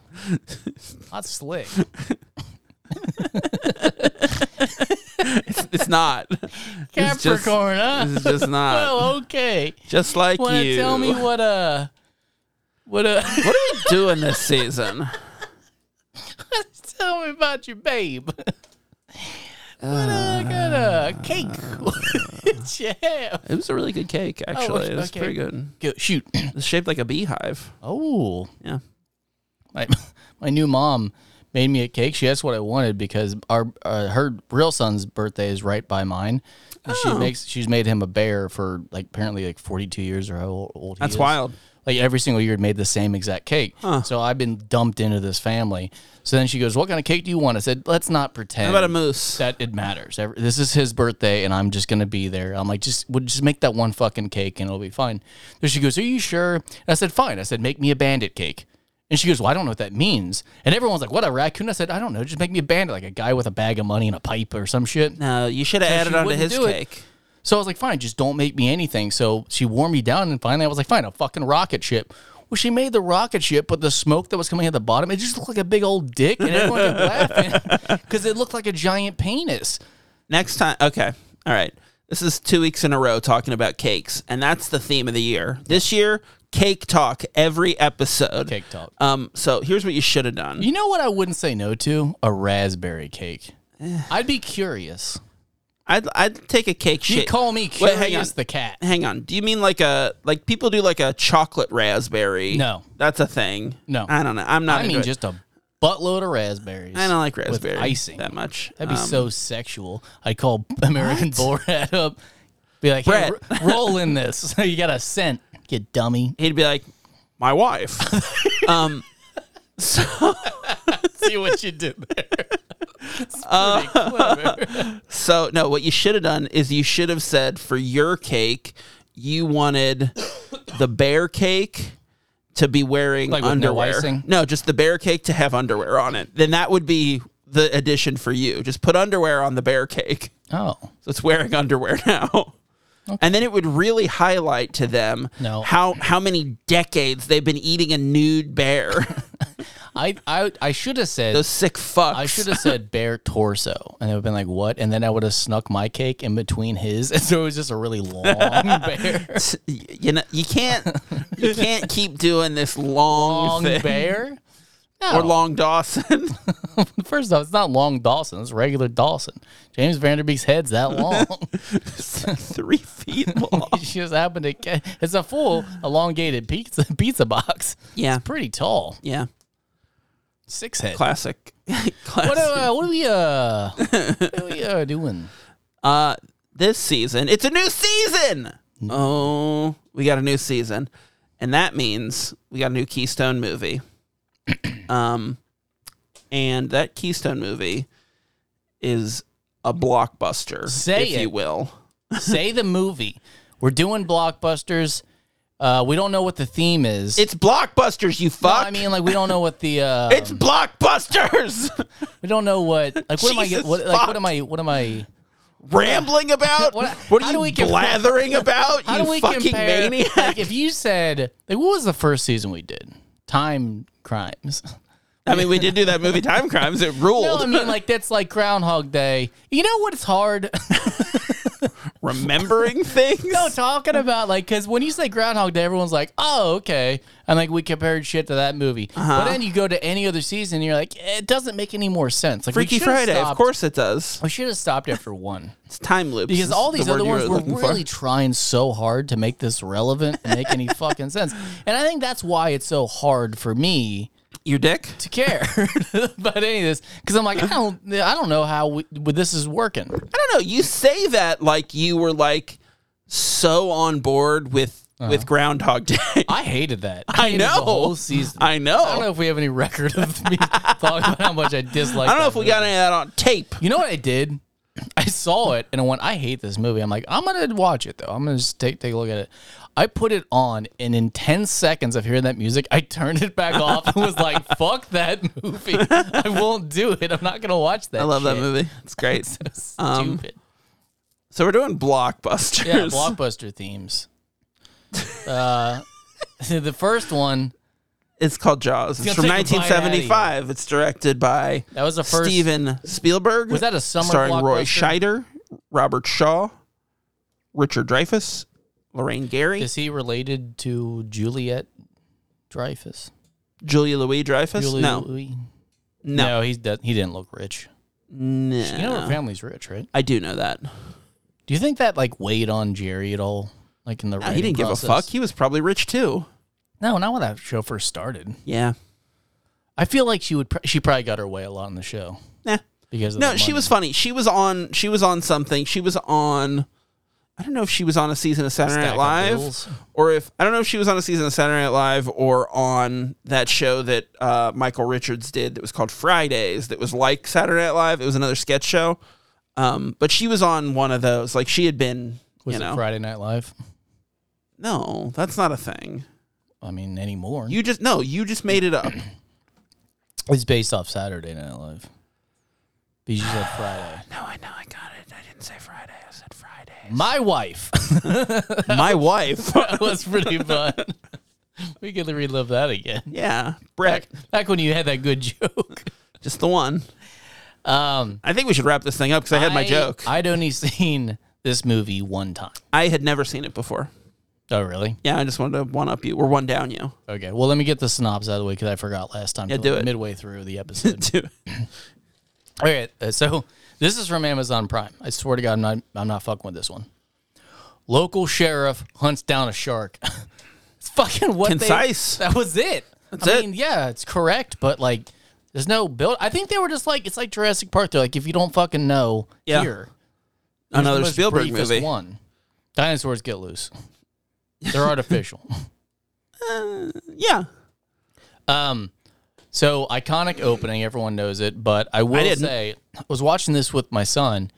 Speaker 2: that's slick.
Speaker 1: It's not. It's just-
Speaker 2: Capricorn, huh?
Speaker 1: It's just not.
Speaker 2: well, okay.
Speaker 1: Just like
Speaker 2: Want
Speaker 1: you.
Speaker 2: to tell me what uh what uh
Speaker 1: What are we doing this season?
Speaker 2: tell me about your babe? what uh, kind of cake did you have?
Speaker 1: It was a really good cake, actually. it was
Speaker 2: Oh, okay.
Speaker 1: pretty good.
Speaker 2: Go, shoot.
Speaker 1: It's shaped like a beehive.
Speaker 2: Oh,
Speaker 1: Yeah.
Speaker 2: my my new mom made me a cake. She asked what I wanted because our uh, her real son's birthday is right by mine. And She
Speaker 1: Oh.
Speaker 2: makes she's made him a bear for like apparently like forty two years or how old he
Speaker 1: That's
Speaker 2: is.
Speaker 1: wild.
Speaker 2: like every single year made the same exact cake. So I've been dumped into this family. So then she goes, "What kind of cake do you want?" I said, "Let's not pretend
Speaker 1: How about a moose?
Speaker 2: that it matters. Every, this is his birthday, and I'm just gonna be there." I'm like, "Just would just make that one fucking cake, and it'll be fine." Then she goes, "Are you sure?" And I said, "Fine." I said, "Make me a bandit cake." And she goes, "Well, I don't know what that means." And everyone's like, "What a raccoon!" I said, "I don't know. Just make me a bandit, like a guy with a bag of money and a pipe or some shit."
Speaker 1: No, you should have added
Speaker 2: she
Speaker 1: onto
Speaker 2: wouldn't
Speaker 1: his
Speaker 2: do it.
Speaker 1: cake.
Speaker 2: So I was like, fine, just don't make me anything. So she wore me down, and finally I was like, fine, a fucking rocket ship. Well, she made the rocket ship, but the smoke that was coming at the bottom, it just looked like a big old dick, and everyone kept laughing because it looked like a giant penis.
Speaker 1: Next time, okay, all right. This is two weeks in a row talking about cakes, and that's the theme of the year. This year, cake talk every episode.
Speaker 2: Cake talk.
Speaker 1: Um, so here's what you should have done.
Speaker 2: You know what I wouldn't say no to? A raspberry cake.
Speaker 1: Eh.
Speaker 2: I'd be curious.
Speaker 1: I'd I'd take a cake
Speaker 2: You
Speaker 1: shit.
Speaker 2: call me
Speaker 1: Wait,
Speaker 2: curious
Speaker 1: hang on.
Speaker 2: the cat.
Speaker 1: hang on. Do you mean like a like people do like a chocolate raspberry?
Speaker 2: No.
Speaker 1: that's a thing.
Speaker 2: No.
Speaker 1: I don't know. I'm not.
Speaker 2: I
Speaker 1: into
Speaker 2: mean,
Speaker 1: it.
Speaker 2: just a buttload of raspberries.
Speaker 1: I don't like raspberry
Speaker 2: icing.
Speaker 1: that much.
Speaker 2: That'd be
Speaker 1: Um,
Speaker 2: so sexual. I'd call American Borat up, be like, hey,
Speaker 1: Brett.
Speaker 2: r- roll in this. you got a scent, you dummy.
Speaker 1: He'd be like, my wife. um,
Speaker 2: See what you did there. It's pretty clever.
Speaker 1: So no, what you should have done is you should have said for your cake, you wanted the bear cake to be wearing
Speaker 2: Like with no
Speaker 1: underwear.
Speaker 2: icing?
Speaker 1: no, just the bear cake to have underwear on it. Then that would be the addition for you. Just put underwear on the bear cake.
Speaker 2: Oh,
Speaker 1: So it's wearing underwear now. And then it would really highlight to them
Speaker 2: No.
Speaker 1: how how many decades they've been eating a nude bear.
Speaker 2: I I, I should have said
Speaker 1: Those sick fucks.
Speaker 2: I should have said bare torso, and they would have been like, "What?" And then I would have snuck my cake in between his, and so it was just a really long bear.
Speaker 1: Y- you know you can't you can't keep doing this long,
Speaker 2: Long
Speaker 1: thing.
Speaker 2: bear.
Speaker 1: or Long Dawson.
Speaker 2: First off, it's not long Dawson. It's regular Dawson. James Vanderbeek's head's that long.
Speaker 1: it's like three feet long.
Speaker 2: It just happened to ca- it's a full elongated pizza pizza box.
Speaker 1: Yeah.
Speaker 2: It's pretty tall.
Speaker 1: Yeah.
Speaker 2: Six head.
Speaker 1: Classic. Classic.
Speaker 2: What, uh, what are we uh what are we uh, doing?
Speaker 1: uh, this season, it's a new season. Oh, we got a new season. And that means we got a new Keystone movie. um, and that Keystone movie is a blockbuster,
Speaker 2: Say
Speaker 1: if
Speaker 2: it.
Speaker 1: you will.
Speaker 2: Say the movie. We're doing blockbusters. Uh, we don't know what the theme is.
Speaker 1: It's blockbusters, you
Speaker 2: No,
Speaker 1: fuck.
Speaker 2: I mean, like we don't know what the uh,
Speaker 1: it's blockbusters.
Speaker 2: we don't know what like what am I
Speaker 1: Jesus
Speaker 2: get- what like
Speaker 1: fuck.
Speaker 2: what am I what am I
Speaker 1: Rambling about?
Speaker 2: What-
Speaker 1: What,
Speaker 2: how
Speaker 1: are
Speaker 2: do
Speaker 1: you
Speaker 2: we compare-
Speaker 1: blathering about?
Speaker 2: how
Speaker 1: you
Speaker 2: do we
Speaker 1: fucking
Speaker 2: compare
Speaker 1: maniac.
Speaker 2: like if you said like what was the first season we did time crimes
Speaker 1: I mean, we did do that movie Time Crimes. It ruled.
Speaker 2: No, I mean like that's like Groundhog Day. You know what? It's hard?
Speaker 1: remembering things.
Speaker 2: No, talking about like because when you say Groundhog Day, everyone's like, "Oh, okay," and like we compared shit to that movie.
Speaker 1: Uh-huh.
Speaker 2: But then you go to any other season, and you're like, "Eh, it doesn't make any more sense. Like we
Speaker 1: Freaky
Speaker 2: should've
Speaker 1: Friday, of
Speaker 2: stopped-
Speaker 1: course it does.
Speaker 2: we should have stopped after one
Speaker 1: It's time loops.
Speaker 2: because
Speaker 1: is
Speaker 2: all
Speaker 1: the
Speaker 2: these
Speaker 1: word
Speaker 2: other
Speaker 1: you
Speaker 2: ones were
Speaker 1: looking for.
Speaker 2: really trying so hard to make this relevant and make any fucking sense. And I think that's why it's so hard for me
Speaker 1: Your dick?
Speaker 2: to care about any of this because I'm like, I don't, I don't know how we, this is working.
Speaker 1: I don't know. You say that like you were like so on board with with Groundhog Day.
Speaker 2: I hated that.
Speaker 1: I
Speaker 2: hated the
Speaker 1: know.
Speaker 2: whole season.
Speaker 1: I know.
Speaker 2: I don't know if we have any record of me talking about how much I dislike.
Speaker 1: I don't know if we got any of that on tape.
Speaker 2: You know what I did? I saw it and I went, I hate this movie. I'm like, I'm gonna watch it though. I'm gonna just take take a look at it. I put it on, and in ten seconds of hearing that music, I turned it back off and was like, "Fuck that movie! I won't do it. I'm not gonna watch that."
Speaker 1: I love that
Speaker 2: shit."
Speaker 1: movie. It's great. Um,
Speaker 2: Stupid.
Speaker 1: so we're doing blockbusters.
Speaker 2: Yeah, blockbuster themes. Uh, the first one
Speaker 1: It's called Jaws. It's
Speaker 2: Gonna
Speaker 1: from
Speaker 2: take a bite outta
Speaker 1: 1975. It's directed by
Speaker 2: that was the first.
Speaker 1: Steven Spielberg.
Speaker 2: Was that a summer
Speaker 1: starring Roy
Speaker 2: blockbuster?
Speaker 1: Scheider, Robert Shaw, Richard Dreyfuss, Lorraine Gary,
Speaker 2: Is he related to Juliet Dreyfus?
Speaker 1: Julia Louis Dreyfus?
Speaker 2: Julie
Speaker 1: No,
Speaker 2: Louis?
Speaker 1: no,
Speaker 2: he's does he didn't look rich.
Speaker 1: no.
Speaker 2: You know, her family's rich, right?
Speaker 1: I do know that.
Speaker 2: Do you think that like weighed on Jerry at all? Like in the
Speaker 1: No, he didn't give a fuck. He was probably rich too.
Speaker 2: No, not when that show first started.
Speaker 1: Yeah.
Speaker 2: I feel like she would. Pr- she probably got her way a lot in the show
Speaker 1: Nah.
Speaker 2: because of
Speaker 1: No,
Speaker 2: the
Speaker 1: she
Speaker 2: money.
Speaker 1: was funny. She was on. She was on something. She was on. I don't know if she was on a season of Saturday
Speaker 2: Stack
Speaker 1: Night Live,
Speaker 2: of bills.
Speaker 1: or if I don't know if she was on a season of Saturday Night Live, or on that show that uh, Michael Richards did that was called Fridays. That was like Saturday Night Live. It was another sketch show, um, but she was on one of those. Like she had been,
Speaker 2: Was
Speaker 1: you
Speaker 2: it
Speaker 1: know.
Speaker 2: Friday Night Live?
Speaker 1: no, that's not a thing.
Speaker 2: I mean, anymore.
Speaker 1: You just no. You just made it up.
Speaker 2: it's based off Saturday Night Live. But you said Friday.
Speaker 1: no, I know. I got it. I didn't say Friday. I said Friday.
Speaker 2: My wife
Speaker 1: My wife.
Speaker 2: That was pretty fun. we could relive that again.
Speaker 1: yeah, Brett.
Speaker 2: Back when you had that good joke.
Speaker 1: Just the one.
Speaker 2: Um,
Speaker 1: I think we should wrap this thing up because I had my joke. I,
Speaker 2: I'd only seen this movie one time.
Speaker 1: had never seen it before.
Speaker 2: Oh, really?
Speaker 1: Yeah, I just wanted to one up you. We're one down you.
Speaker 2: Okay. Well, let me get the snobs out of the way because I forgot last time.
Speaker 1: Yeah,
Speaker 2: till
Speaker 1: do
Speaker 2: like
Speaker 1: it.
Speaker 2: Midway through the episode. Okay, uh, so this is from Amazon Prime. I swear to God, I'm not, I'm not fucking with this one. Local sheriff hunts down a shark. it's fucking what they-
Speaker 1: Concise.
Speaker 2: that was it.
Speaker 1: That's
Speaker 2: I
Speaker 1: it.
Speaker 2: mean, yeah, it's correct, but like, there's no build. I think they were just like, it's like Jurassic Park. They're like, if you don't fucking know,
Speaker 1: Yeah.
Speaker 2: here. Here's the
Speaker 1: Another
Speaker 2: most
Speaker 1: Spielberg
Speaker 2: briefest
Speaker 1: movie.
Speaker 2: One. Dinosaurs get loose. They're artificial.
Speaker 1: Yeah,
Speaker 2: Um, so iconic opening, everyone knows it, but I will
Speaker 1: didn't.
Speaker 2: say I was watching this with my son,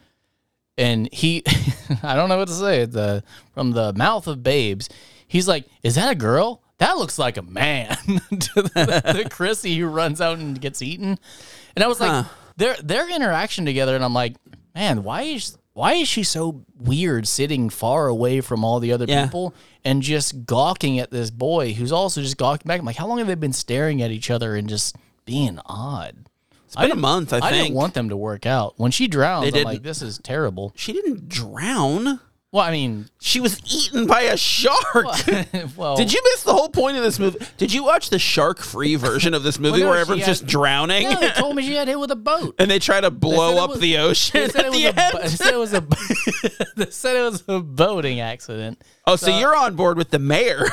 Speaker 2: and he, I don't know what to say. The from the mouth of babes, he's like, "Is that a girl? That looks like a man." to the, the Chrissy who runs out and gets eaten, and I was like, their their interaction together, and I'm like, man, why is why is she so weird sitting far away from all the other
Speaker 1: Yeah.
Speaker 2: people and just gawking at this boy who's also just gawking back? I'm like, how long have they been staring at each other and just being odd?
Speaker 1: it's been a month. I,
Speaker 2: I
Speaker 1: think
Speaker 2: didn't want them to work out. When she drowns, I'm
Speaker 1: They
Speaker 2: like,
Speaker 1: didn't.
Speaker 2: this is terrible.
Speaker 1: she didn't drown.
Speaker 2: Well, I mean,
Speaker 1: She was eaten by a shark.
Speaker 2: well,
Speaker 1: Did you miss the whole point of this movie? Did you watch the shark-free version of this movie
Speaker 2: no,
Speaker 1: where
Speaker 2: she
Speaker 1: everyone's
Speaker 2: had-
Speaker 1: just drowning
Speaker 2: No, they told me she had hit with a boat.
Speaker 1: and they try to
Speaker 2: They
Speaker 1: blow
Speaker 2: said it
Speaker 1: up
Speaker 2: was-
Speaker 1: the
Speaker 2: They
Speaker 1: ocean
Speaker 2: said,
Speaker 1: at
Speaker 2: it was
Speaker 1: the
Speaker 2: a, bo-
Speaker 1: end?
Speaker 2: they said it was a. they said it was a boating accident.
Speaker 1: oh, so you're on board with the mayor?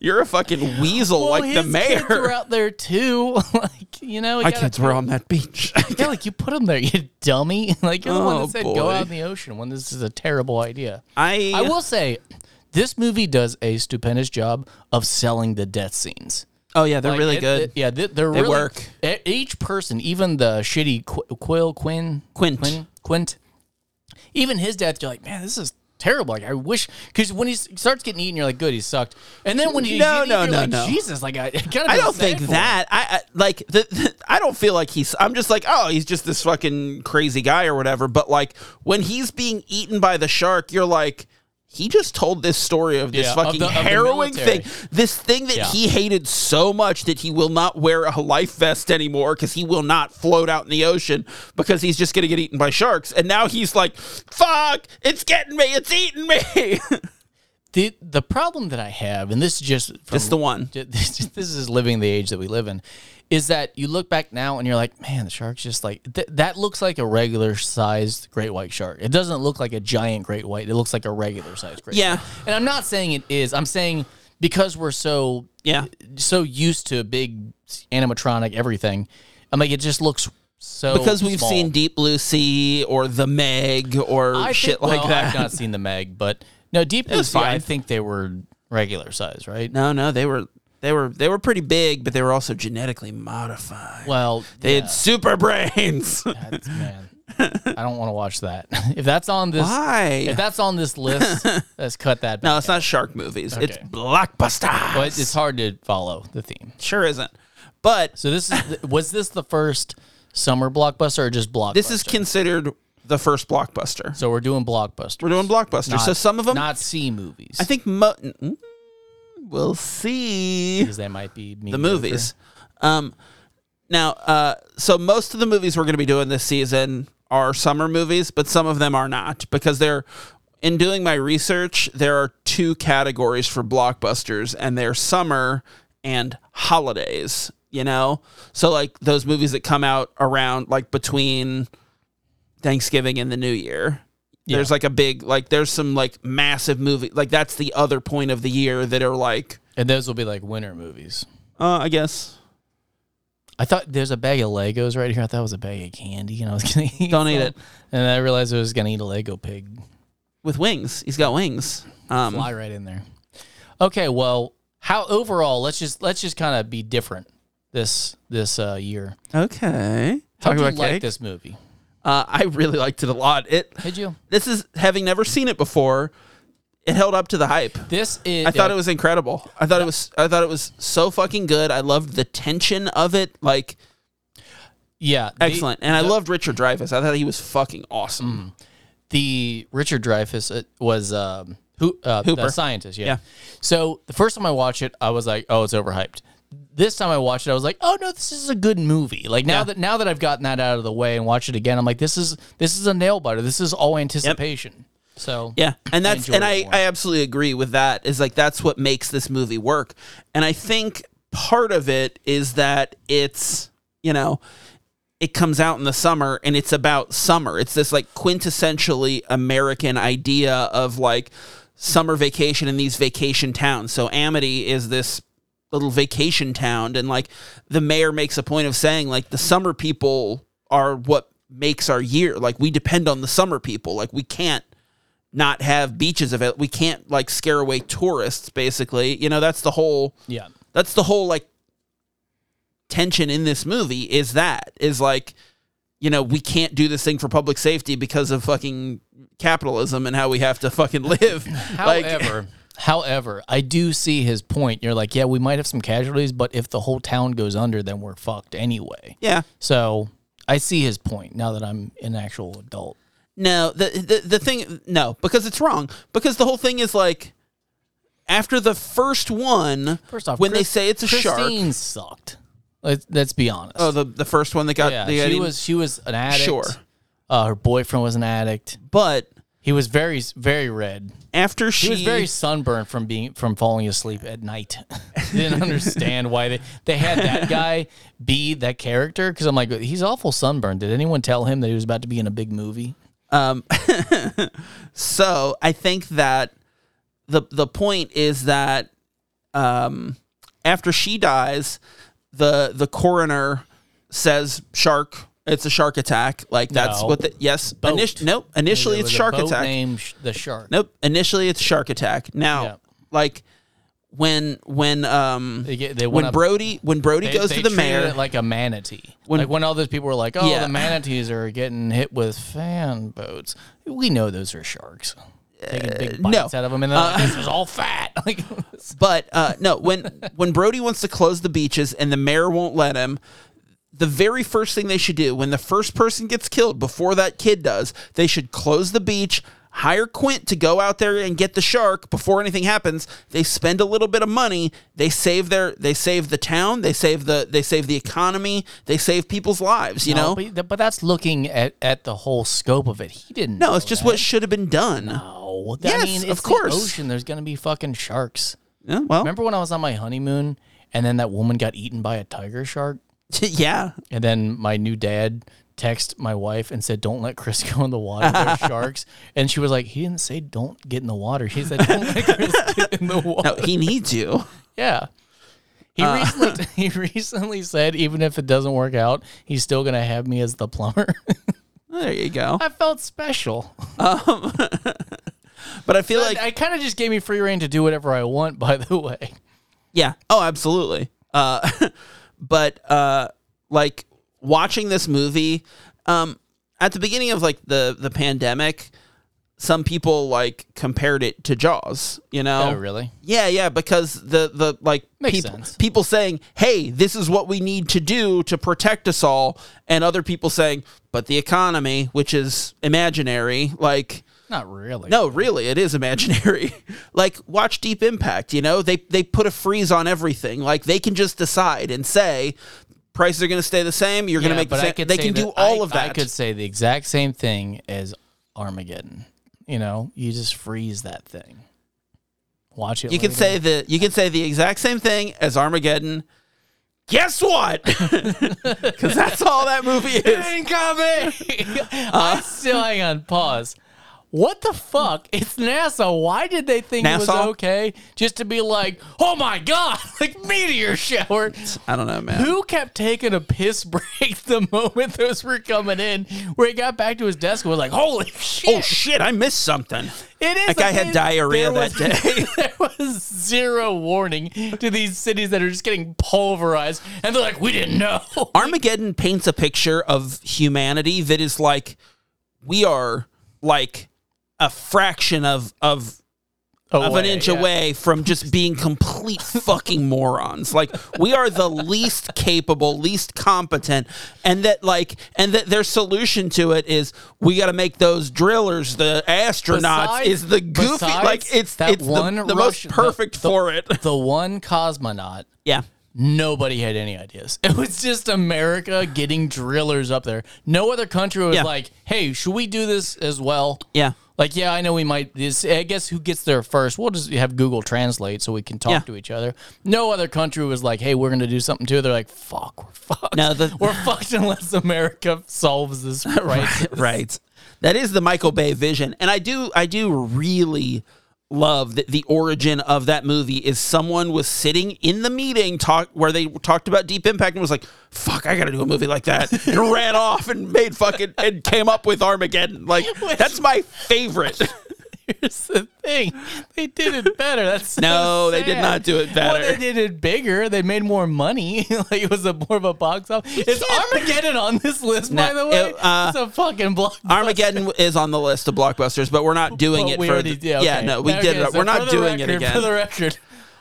Speaker 1: You're a fucking weasel
Speaker 2: Well,
Speaker 1: like the
Speaker 2: his kids were
Speaker 1: mayor.
Speaker 2: out there too. like you know, you
Speaker 1: My
Speaker 2: gotta-
Speaker 1: kids were on that beach.
Speaker 2: Yeah, like you put them there, you dummy. Like you're the one
Speaker 1: Oh,
Speaker 2: that said
Speaker 1: boy.
Speaker 2: go out in the ocean when this is a terrible idea.
Speaker 1: I
Speaker 2: I will say, this movie does a stupendous job of selling the death scenes.
Speaker 1: Oh yeah, they're
Speaker 2: Like,
Speaker 1: really
Speaker 2: it-
Speaker 1: good.
Speaker 2: it- yeah, they, they're really,
Speaker 1: work.
Speaker 2: e- Each person, even the shitty Qu- Quill Quinn
Speaker 1: Quint.
Speaker 2: Quinn Quint, even his death, you're like, man, this is terrible. Like I wish because when he s- starts getting eaten, you're like, good, he sucked. And then when he's
Speaker 1: No,
Speaker 2: eaten,
Speaker 1: no,
Speaker 2: you're
Speaker 1: no,
Speaker 2: like,
Speaker 1: no.
Speaker 2: Jesus, like I, I,
Speaker 1: I don't think that. I, I like the, the- I don't feel like he's. I'm just like, oh, he's just this fucking crazy guy or whatever. But like when he's being eaten by the shark, you're like, he just told this story of this
Speaker 2: Yeah, of
Speaker 1: fucking
Speaker 2: the- of the
Speaker 1: harrowing
Speaker 2: military.
Speaker 1: thing, this thing that
Speaker 2: Yeah.
Speaker 1: he hated so much that he will not wear a life vest anymore because he will not float out in the ocean because he's just going to get eaten by sharks. And now he's like, "Fuck! It's getting me! It's eating me!"
Speaker 2: the the problem that I have, and this is just from,
Speaker 1: Just the one.
Speaker 2: This is living the age that we live in, is that you look back now and you're like, man, the shark's just like th- that. Looks like a regular sized great white shark. It doesn't look like a giant great white. It looks like a regular sized great.
Speaker 1: Yeah.
Speaker 2: white. and I'm not saying it is. I'm saying because we're so
Speaker 1: Yeah.
Speaker 2: so used to big animatronic everything. I'm like, it just looks so
Speaker 1: because we've
Speaker 2: small.
Speaker 1: seen Deep Blue Sea or The Meg or
Speaker 2: I
Speaker 1: shit
Speaker 2: think, well,
Speaker 1: like that.
Speaker 2: I've not seen the Meg, but no, Deep Blue Sea. I
Speaker 1: fine.
Speaker 2: think they were regular size, right?
Speaker 1: no, no, they were they were they were pretty big, but they were also genetically modified.
Speaker 2: Well,
Speaker 1: They
Speaker 2: yeah,
Speaker 1: had super brains.
Speaker 2: that's- man, I don't want to watch that. If that's on this,
Speaker 1: Why?
Speaker 2: if that's on this list, let's cut that. Back.
Speaker 1: no, it's not shark movies. It's
Speaker 2: Okay.
Speaker 1: blockbuster.
Speaker 2: But it's hard to follow the theme.
Speaker 1: Sure isn't. But
Speaker 2: So this is was this the first summer blockbuster or just blockbuster?
Speaker 1: this is considered the first blockbuster.
Speaker 2: so we're doing blockbuster.
Speaker 1: We're doing blockbuster. so some of them,
Speaker 2: not C movies.
Speaker 1: I think, mo- mm, we'll see.
Speaker 2: because they might be
Speaker 1: the movies. Um, now, uh, so most of the movies we're going to be doing this season are summer movies, but some of them are not because they're. In doing my research, there are two categories for blockbusters, and they're summer and holidays. You know, so like those movies that come out around like between Thanksgiving and the New Year. There's like a big like there's some like massive movie like that's the other point of the year that are like
Speaker 2: and those will be like winter movies.
Speaker 1: uh, I guess
Speaker 2: I thought there's a bag of Legos right here. I thought it was a bag of candy, and I was gonna eat.
Speaker 1: Don't eat
Speaker 2: some.
Speaker 1: it.
Speaker 2: And I realized I was gonna eat a Lego pig.
Speaker 1: with wings. He's got wings. Um,
Speaker 2: fly right in there. Okay, well, how overall? Let's just let's just kind of be different this this uh, year.
Speaker 1: okay.
Speaker 2: How
Speaker 1: Talking
Speaker 2: did you
Speaker 1: about
Speaker 2: like
Speaker 1: cake.
Speaker 2: this movie?
Speaker 1: Uh, I really liked it a lot. It
Speaker 2: Did you?
Speaker 1: this is having never seen it before. It held up to the hype.
Speaker 2: This is.
Speaker 1: I thought it was incredible. I thought it was. I thought it was so fucking good. I loved the tension of it. Like
Speaker 2: yeah the-
Speaker 1: excellent. and I loved Richard Dreyfuss. I thought he was fucking awesome.
Speaker 2: The, Richard Dreyfuss uh, was um, who uh,
Speaker 1: Hooper.
Speaker 2: the scientist. Yeah.
Speaker 1: Yeah.
Speaker 2: So the first time I watched it, I was like, "Oh, it's overhyped." This time I watched it, I was like, "Oh no, this is a good movie." Like now that now that I've gotten that out of the way and watched it again, I'm like, "This is this is a nail biter. This is all anticipation." So
Speaker 1: Yeah, and that's
Speaker 2: enjoyed
Speaker 1: and
Speaker 2: it
Speaker 1: I
Speaker 2: more.
Speaker 1: I absolutely agree with that. Is like that's what makes this movie work. And I think part of it is that it's you know it comes out in the summer and it's about summer. It's this like quintessentially American idea of like summer vacation in these vacation towns. So Amity is this little vacation town and like the mayor makes a point of saying like the summer people are what makes our year. Like we depend on the summer people. Like we can't not have beaches available. We can't like scare away tourists basically. You know, that's the whole
Speaker 2: yeah.
Speaker 1: that's the whole like tension in this movie is that is like you know we can't do this thing for public safety because of fucking capitalism and how we have to fucking live Like,
Speaker 2: However, however, I do see his point. You're like, yeah, we might have some casualties, but if the whole town goes under, then we're fucked anyway.
Speaker 1: yeah
Speaker 2: So I see his point now that I'm an actual adult.
Speaker 1: no the, the the thing no because it's wrong because the whole thing is like after the first one
Speaker 2: First off,
Speaker 1: when they
Speaker 2: Chris-
Speaker 1: say it's a shark
Speaker 2: Christine sucked. Let's, let's be honest.
Speaker 1: oh the the first one that got
Speaker 2: yeah,
Speaker 1: the
Speaker 2: she was she was an addict.
Speaker 1: Sure.
Speaker 2: Uh, her boyfriend was an addict.
Speaker 1: but
Speaker 2: He was very very red.
Speaker 1: after
Speaker 2: He
Speaker 1: she
Speaker 2: was very sunburned from being from falling asleep at night. Didn't understand why they they had that guy be that character because I'm like he's awful sunburned. Did anyone tell him that he was about to be in a big movie?
Speaker 1: So I think that the the point is that um, after she dies, the the coroner says shark. It's a shark attack. Like that's
Speaker 2: No.
Speaker 1: what the yes. Init- nope. Initially,
Speaker 2: There
Speaker 1: it's
Speaker 2: was a
Speaker 1: shark
Speaker 2: boat
Speaker 1: attack.
Speaker 2: Named Sh- the shark.
Speaker 1: Nope. Initially, it's shark attack. Now,
Speaker 2: Yeah.
Speaker 1: like when when um
Speaker 2: They get- they went
Speaker 1: when
Speaker 2: up-
Speaker 1: Brody when Brody
Speaker 2: They-
Speaker 1: goes
Speaker 2: they
Speaker 1: to the
Speaker 2: treated
Speaker 1: mayor.
Speaker 2: it like a manatee.
Speaker 1: When-
Speaker 2: like when all those people were like, "Oh,
Speaker 1: Yeah.
Speaker 2: the manatees are getting hit with fan boats." We know those are sharks. Taking big
Speaker 1: Uh, no.
Speaker 2: bites out of them, and they're like, "This is all fat." Like,
Speaker 1: But uh, no, when when Brody wants to close the beaches and the mayor won't let him, the very first thing they should do when the first person gets killed before that kid does, they should close the beach, hire Quint to go out there and get the shark before anything happens. They spend a little bit of money. They save their they save the town. They save the they save the economy. They save people's lives. You know.
Speaker 2: Oh, but, but that's looking at, at the whole scope of it. He didn't.
Speaker 1: no, it's just what should have been done.
Speaker 2: No, I
Speaker 1: Yes,
Speaker 2: mean,
Speaker 1: of
Speaker 2: it's the
Speaker 1: course.
Speaker 2: ocean. There's gonna be fucking sharks.
Speaker 1: Yeah, well,
Speaker 2: Remember when I was on my honeymoon and then that woman got eaten by a tiger shark?
Speaker 1: yeah,
Speaker 2: And then my new dad texted my wife and said, "Don't let Chris go in the water. There's sharks." And she was like, "He didn't say don't get in the water. He said don't let Chris get in the water."
Speaker 1: no, Uh. he needs you.
Speaker 2: Yeah. He recently he recently said even if it doesn't work out, he's still gonna have me as the plumber.
Speaker 1: There you go.
Speaker 2: I felt special.
Speaker 1: But I feel like
Speaker 2: I kind of just gave me free reign to do whatever I want. By the way,
Speaker 1: Yeah. Oh, absolutely. Uh, but uh, like watching this movie, um, at the beginning of like the the pandemic, some people like compared it to Jaws. You know?
Speaker 2: Oh, really?
Speaker 1: Yeah, yeah. Because the the like
Speaker 2: Makes
Speaker 1: people
Speaker 2: sense.
Speaker 1: people saying, "Hey, this is what we need to do to protect us all," and other people saying, "But the economy, which is imaginary, like."
Speaker 2: Not really.
Speaker 1: No, really, it is imaginary. like watch Deep Impact, you know? They they put a freeze on everything. Like they can just decide and say prices are going to stay the same, you're going to make the
Speaker 2: but I
Speaker 1: same.
Speaker 2: could
Speaker 1: They
Speaker 2: say
Speaker 1: can do
Speaker 2: that-
Speaker 1: all
Speaker 2: I-
Speaker 1: of that.
Speaker 2: I could say the exact same thing as Armageddon. You know, you just freeze that thing. Watch it.
Speaker 1: you can
Speaker 2: later.
Speaker 1: say the you can say the exact same thing as Armageddon. Guess what? Cuz that's all that movie is.
Speaker 2: incoming. I'm still hang on pause. What the fuck? It's NASA. Why did they think it was
Speaker 1: NASA?
Speaker 2: okay just to be like, oh my god, like meteor shower?
Speaker 1: I don't know, man.
Speaker 2: Who kept taking a piss break the moment those were coming in? Where he got back to his desk and was like, holy shit!
Speaker 1: Oh shit, I missed something.
Speaker 2: It is.
Speaker 1: That guy had
Speaker 2: amazing.
Speaker 1: diarrhea
Speaker 2: There
Speaker 1: that
Speaker 2: was- there was zero warning to these cities that are just getting pulverized, and they're like, "We didn't know."
Speaker 1: Armageddon paints a picture of humanity that is like we are like a fraction of of of an inch away from just being complete fucking morons. Like we are the least capable, least competent, and that like and that their solution to it is we got to make those drillers the astronauts
Speaker 2: Besides-
Speaker 1: is the goofy
Speaker 2: besides
Speaker 1: like it's
Speaker 2: that
Speaker 1: it's the-
Speaker 2: one
Speaker 1: the, most
Speaker 2: Russian-
Speaker 1: perfect
Speaker 2: the- the-
Speaker 1: for it.
Speaker 2: The one cosmonaut,
Speaker 1: yeah.
Speaker 2: nobody had any ideas. It was just America getting drillers up there. No other country was
Speaker 1: Yeah.
Speaker 2: like, "Hey, should we do this as well?"
Speaker 1: Yeah.
Speaker 2: Like, yeah, I know we might. This, I guess who gets there first? We'll just have Google Translate so we can talk
Speaker 1: Yeah.
Speaker 2: to each other. No other country was like, "Hey, we're going to do something too." They're like, "Fuck, we're fucked.
Speaker 1: No, the-
Speaker 2: we're fucked unless America solves this right."
Speaker 1: right. That is the Michael Bay vision, and I do I do really love that the origin of that movie is someone was sitting in the meeting talk where they talked about Deep Impact and was like, "Fuck, I got to do a movie like that," and ran off and made fucking and came up with Armageddon. Like that's my favorite.
Speaker 2: Here's the thing: they did it better. That's so
Speaker 1: No, they did
Speaker 2: sad.
Speaker 1: not do it
Speaker 2: Well,
Speaker 1: better.
Speaker 2: they did it bigger. They made more money. like it was a more of a box office. Is Armageddon on this list? by
Speaker 1: No,
Speaker 2: the way,
Speaker 1: it- uh,
Speaker 2: it's a fucking block.
Speaker 1: Armageddon is on the list of blockbusters, but we're not doing
Speaker 2: But
Speaker 1: it
Speaker 2: we
Speaker 1: for
Speaker 2: already
Speaker 1: the-
Speaker 2: did. Okay.
Speaker 1: yeah. No, we did
Speaker 2: Okay,
Speaker 1: it.
Speaker 2: so
Speaker 1: We're
Speaker 2: for
Speaker 1: not
Speaker 2: the
Speaker 1: doing it
Speaker 2: record-
Speaker 1: again.
Speaker 2: For the record,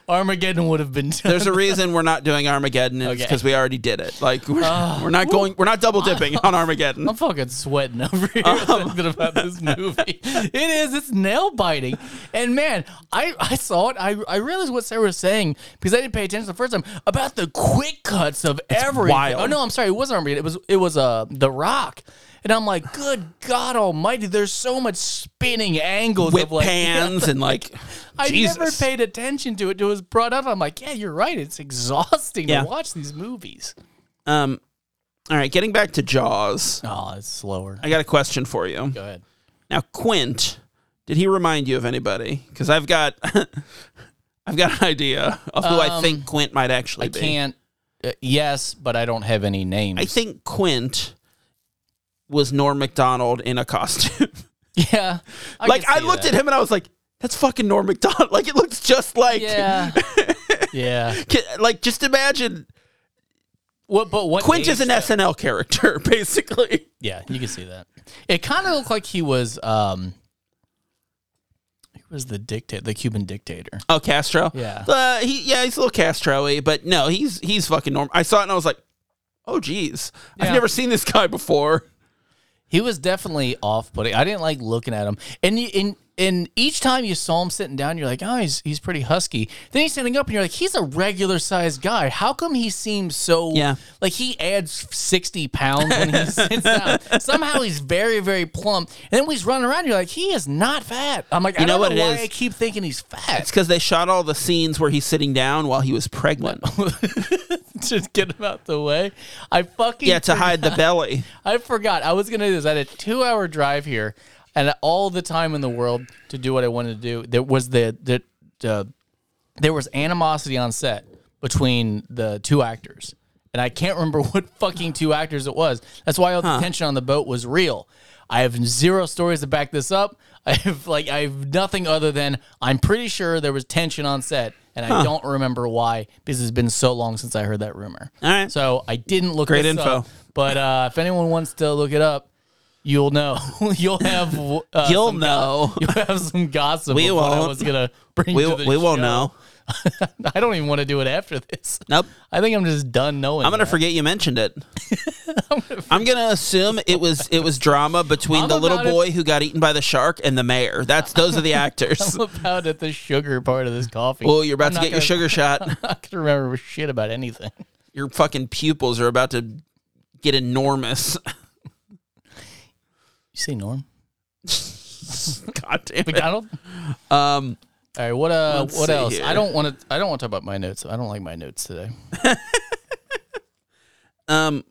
Speaker 2: Armageddon would have been done.
Speaker 1: There's a reason we're not doing Armageddon
Speaker 2: Okay. Uh,
Speaker 1: because we already did it. Like we're, we're not going, we're not double dipping on Armageddon.
Speaker 2: I'm fucking sweating over here
Speaker 1: Um,
Speaker 2: thinking about this movie. It is. It's nail biting. And man, I, I saw it. I, I realized what Sarah was saying because I didn't pay attention the first time about the quick cuts of everything.
Speaker 1: wild.
Speaker 2: Oh no, I'm sorry. It wasn't Armageddon. It was it was uh The Rock. And I'm like, good God Almighty! There's so much spinning angles
Speaker 1: Whip
Speaker 2: of like
Speaker 1: pans and like,
Speaker 2: I
Speaker 1: Jesus.
Speaker 2: never paid attention to it. It was brought up. I'm like, yeah, you're right. It's exhausting
Speaker 1: Yeah.
Speaker 2: to watch these movies.
Speaker 1: um, all right, getting back to Jaws,
Speaker 2: Oh, it's slower.
Speaker 1: I got a question for you.
Speaker 2: Go ahead.
Speaker 1: Now, Quint, did he remind you of anybody? Because I've got, I've got an idea of who I think Quint might actually
Speaker 2: Um, I
Speaker 1: be.
Speaker 2: can't. Uh, yes, but I don't have any names.
Speaker 1: I think Quint was Norm Macdonald in a costume.
Speaker 2: yeah.
Speaker 1: like I looked at him and I was like, that's fucking Norm Macdonald. Like it looks just like.
Speaker 2: Yeah. yeah.
Speaker 1: Ki- like just imagine
Speaker 2: What? But what?
Speaker 1: Quint is
Speaker 2: age,
Speaker 1: an
Speaker 2: though?
Speaker 1: SNL character, basically.
Speaker 2: Yeah, you can see that. It kind of looked like he was. um He was the dictator, the Cuban dictator.
Speaker 1: Oh, Castro.
Speaker 2: Yeah.
Speaker 1: Uh, he yeah, he's a little Castro-y, but no, he's he's fucking normal. I saw it and I was like, oh geez, I've
Speaker 2: Yeah.
Speaker 1: never seen this guy before.
Speaker 2: He was definitely off putting. I didn't like looking at him. And you, and and each time you saw him sitting down, you're like, oh, he's he's pretty husky. Then he's standing up, and you're like, he's a regular sized guy. How come he seems so?
Speaker 1: Yeah.
Speaker 2: Like he adds sixty pounds when he sits down. Somehow he's very very plump. And then when he's running around, you're like, he is not fat. I'm like, I
Speaker 1: know
Speaker 2: don't
Speaker 1: what
Speaker 2: know
Speaker 1: it
Speaker 2: why
Speaker 1: is?
Speaker 2: I keep thinking he's
Speaker 1: It's
Speaker 2: fat.
Speaker 1: because they shot all the scenes where he's sitting down while he was pregnant.
Speaker 2: Just get him out the way. I fucking
Speaker 1: yeah, to hide the belly.
Speaker 2: I forgot. I was gonna do this. I had a two hour drive here, and all the time in the world to do what I wanted to do. There was the the, the there was animosity on set between the two actors, and I can't remember what fucking two actors it was. That's why all the tension on the boat was real. I have zero stories to back this up. I have like I have nothing other than I'm pretty sure there was tension on set, and I don't remember why because it's been so long since I heard that rumor.
Speaker 1: All right.
Speaker 2: so I didn't look
Speaker 1: Great
Speaker 2: this
Speaker 1: info.
Speaker 2: up, but uh, if anyone wants to look it up, you'll know. you'll have uh,
Speaker 1: You'll
Speaker 2: some
Speaker 1: know.
Speaker 2: Go- you'll have some gossip.
Speaker 1: We
Speaker 2: of what I
Speaker 1: won't.
Speaker 2: was gonna bring.
Speaker 1: We,
Speaker 2: to the
Speaker 1: we won't
Speaker 2: show.
Speaker 1: know.
Speaker 2: I don't even want to do it after this.
Speaker 1: Nope.
Speaker 2: I think I'm just done knowing.
Speaker 1: I'm gonna
Speaker 2: that.
Speaker 1: forget you mentioned it. I'm gonna assume it was it was drama between
Speaker 2: I'm
Speaker 1: the little
Speaker 2: about to-
Speaker 1: boy who got eaten by the shark and the mayor. That's those are the actors.
Speaker 2: I'm about at the sugar part of this coffee.
Speaker 1: Oh, you're about
Speaker 2: I'm
Speaker 1: to
Speaker 2: not
Speaker 1: get your
Speaker 2: gonna-
Speaker 1: sugar shot.
Speaker 2: I'm not gonna remember shit about anything.
Speaker 1: Your fucking pupils are about to get enormous.
Speaker 2: You say Norm?
Speaker 1: God damn it.
Speaker 2: McDonald?
Speaker 1: Um,
Speaker 2: All right. What uh?
Speaker 1: Let's
Speaker 2: what
Speaker 1: see
Speaker 2: else?
Speaker 1: here.
Speaker 2: I don't want to. I don't want to talk about my notes. I don't like my notes today.
Speaker 1: um,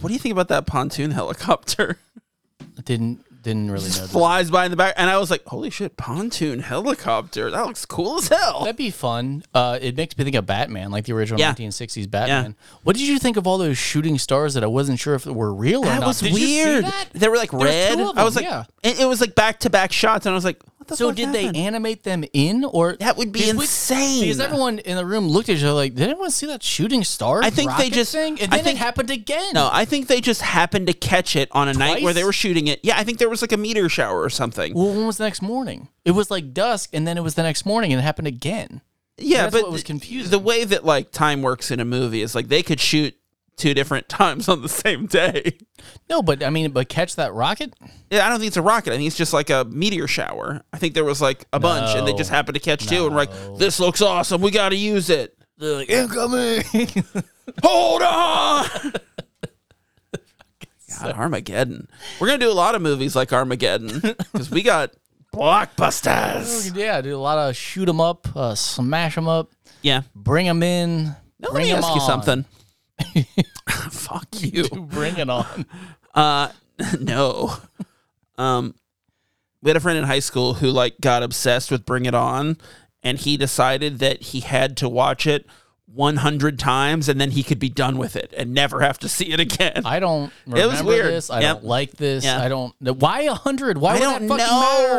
Speaker 1: what do you think about that pontoon helicopter?
Speaker 2: Didn't didn't really know. This.
Speaker 1: Flies by in the back, and I was like, "Holy shit, pontoon helicopter! That looks cool as hell."
Speaker 2: That'd be fun. Uh, it makes me think of Batman, like the original
Speaker 1: Yeah.
Speaker 2: 1960s Batman. What did you think of all those shooting stars that I wasn't sure if were real or
Speaker 1: That
Speaker 2: not?
Speaker 1: was
Speaker 2: Did you see
Speaker 1: weird.
Speaker 2: that?
Speaker 1: They were like
Speaker 2: was
Speaker 1: red.
Speaker 2: two of
Speaker 1: I was
Speaker 2: them,
Speaker 1: like,
Speaker 2: yeah.
Speaker 1: it, it was like back to back shots, and I was like, "What the
Speaker 2: So
Speaker 1: fuck
Speaker 2: did
Speaker 1: happened?
Speaker 2: they animate them in or
Speaker 1: That would be
Speaker 2: Because we-
Speaker 1: insane.
Speaker 2: because everyone in the room looked at each other like, did anyone see that shooting star?
Speaker 1: I think they
Speaker 2: rocket
Speaker 1: just-
Speaker 2: thing? and
Speaker 1: I
Speaker 2: then
Speaker 1: think-
Speaker 2: it happened again.
Speaker 1: No, I think they just happened to catch it on a night where
Speaker 2: Twice?
Speaker 1: they were shooting it. Yeah, I think there was like a meteor shower or something.
Speaker 2: Well, when was the next morning? It was like dusk, and then it was the next morning, and it happened again.
Speaker 1: yeah,
Speaker 2: that's
Speaker 1: but
Speaker 2: what was
Speaker 1: th-
Speaker 2: confusing.
Speaker 1: The way that like time works in a movie is like they could shoot two different times on the same day.
Speaker 2: No, but I mean, but catch that rocket.
Speaker 1: Yeah, I don't think it's a rocket. I think it's just like a meteor shower. I think there was like a bunch, and they
Speaker 2: No.
Speaker 1: just happened to catch two, and were like, "This looks awesome. We got to use it."
Speaker 2: They're like incoming.
Speaker 1: Hold on. God, Armageddon. We're gonna do a lot of movies like Armageddon because we got blockbusters.
Speaker 2: yeah, dude, a lot of shoot 'em up, uh, smash 'em up,
Speaker 1: Yeah.
Speaker 2: bring 'em in.
Speaker 1: Now, let
Speaker 2: bring
Speaker 1: me
Speaker 2: 'em
Speaker 1: ask you
Speaker 2: on.
Speaker 1: something. Fuck you.
Speaker 2: Bring it on.
Speaker 1: Uh, no. Um, we had a friend in high school who like got obsessed with Bring It On, and he decided that he had to watch it 100 times, and then he could be done with it and never have to see it again.
Speaker 2: I don't
Speaker 1: was
Speaker 2: remember
Speaker 1: weird.
Speaker 2: this. I
Speaker 1: Yep.
Speaker 2: don't like this.
Speaker 1: Yeah.
Speaker 2: I don't. Why a hundred? Why
Speaker 1: I
Speaker 2: would
Speaker 1: don't
Speaker 2: that fucking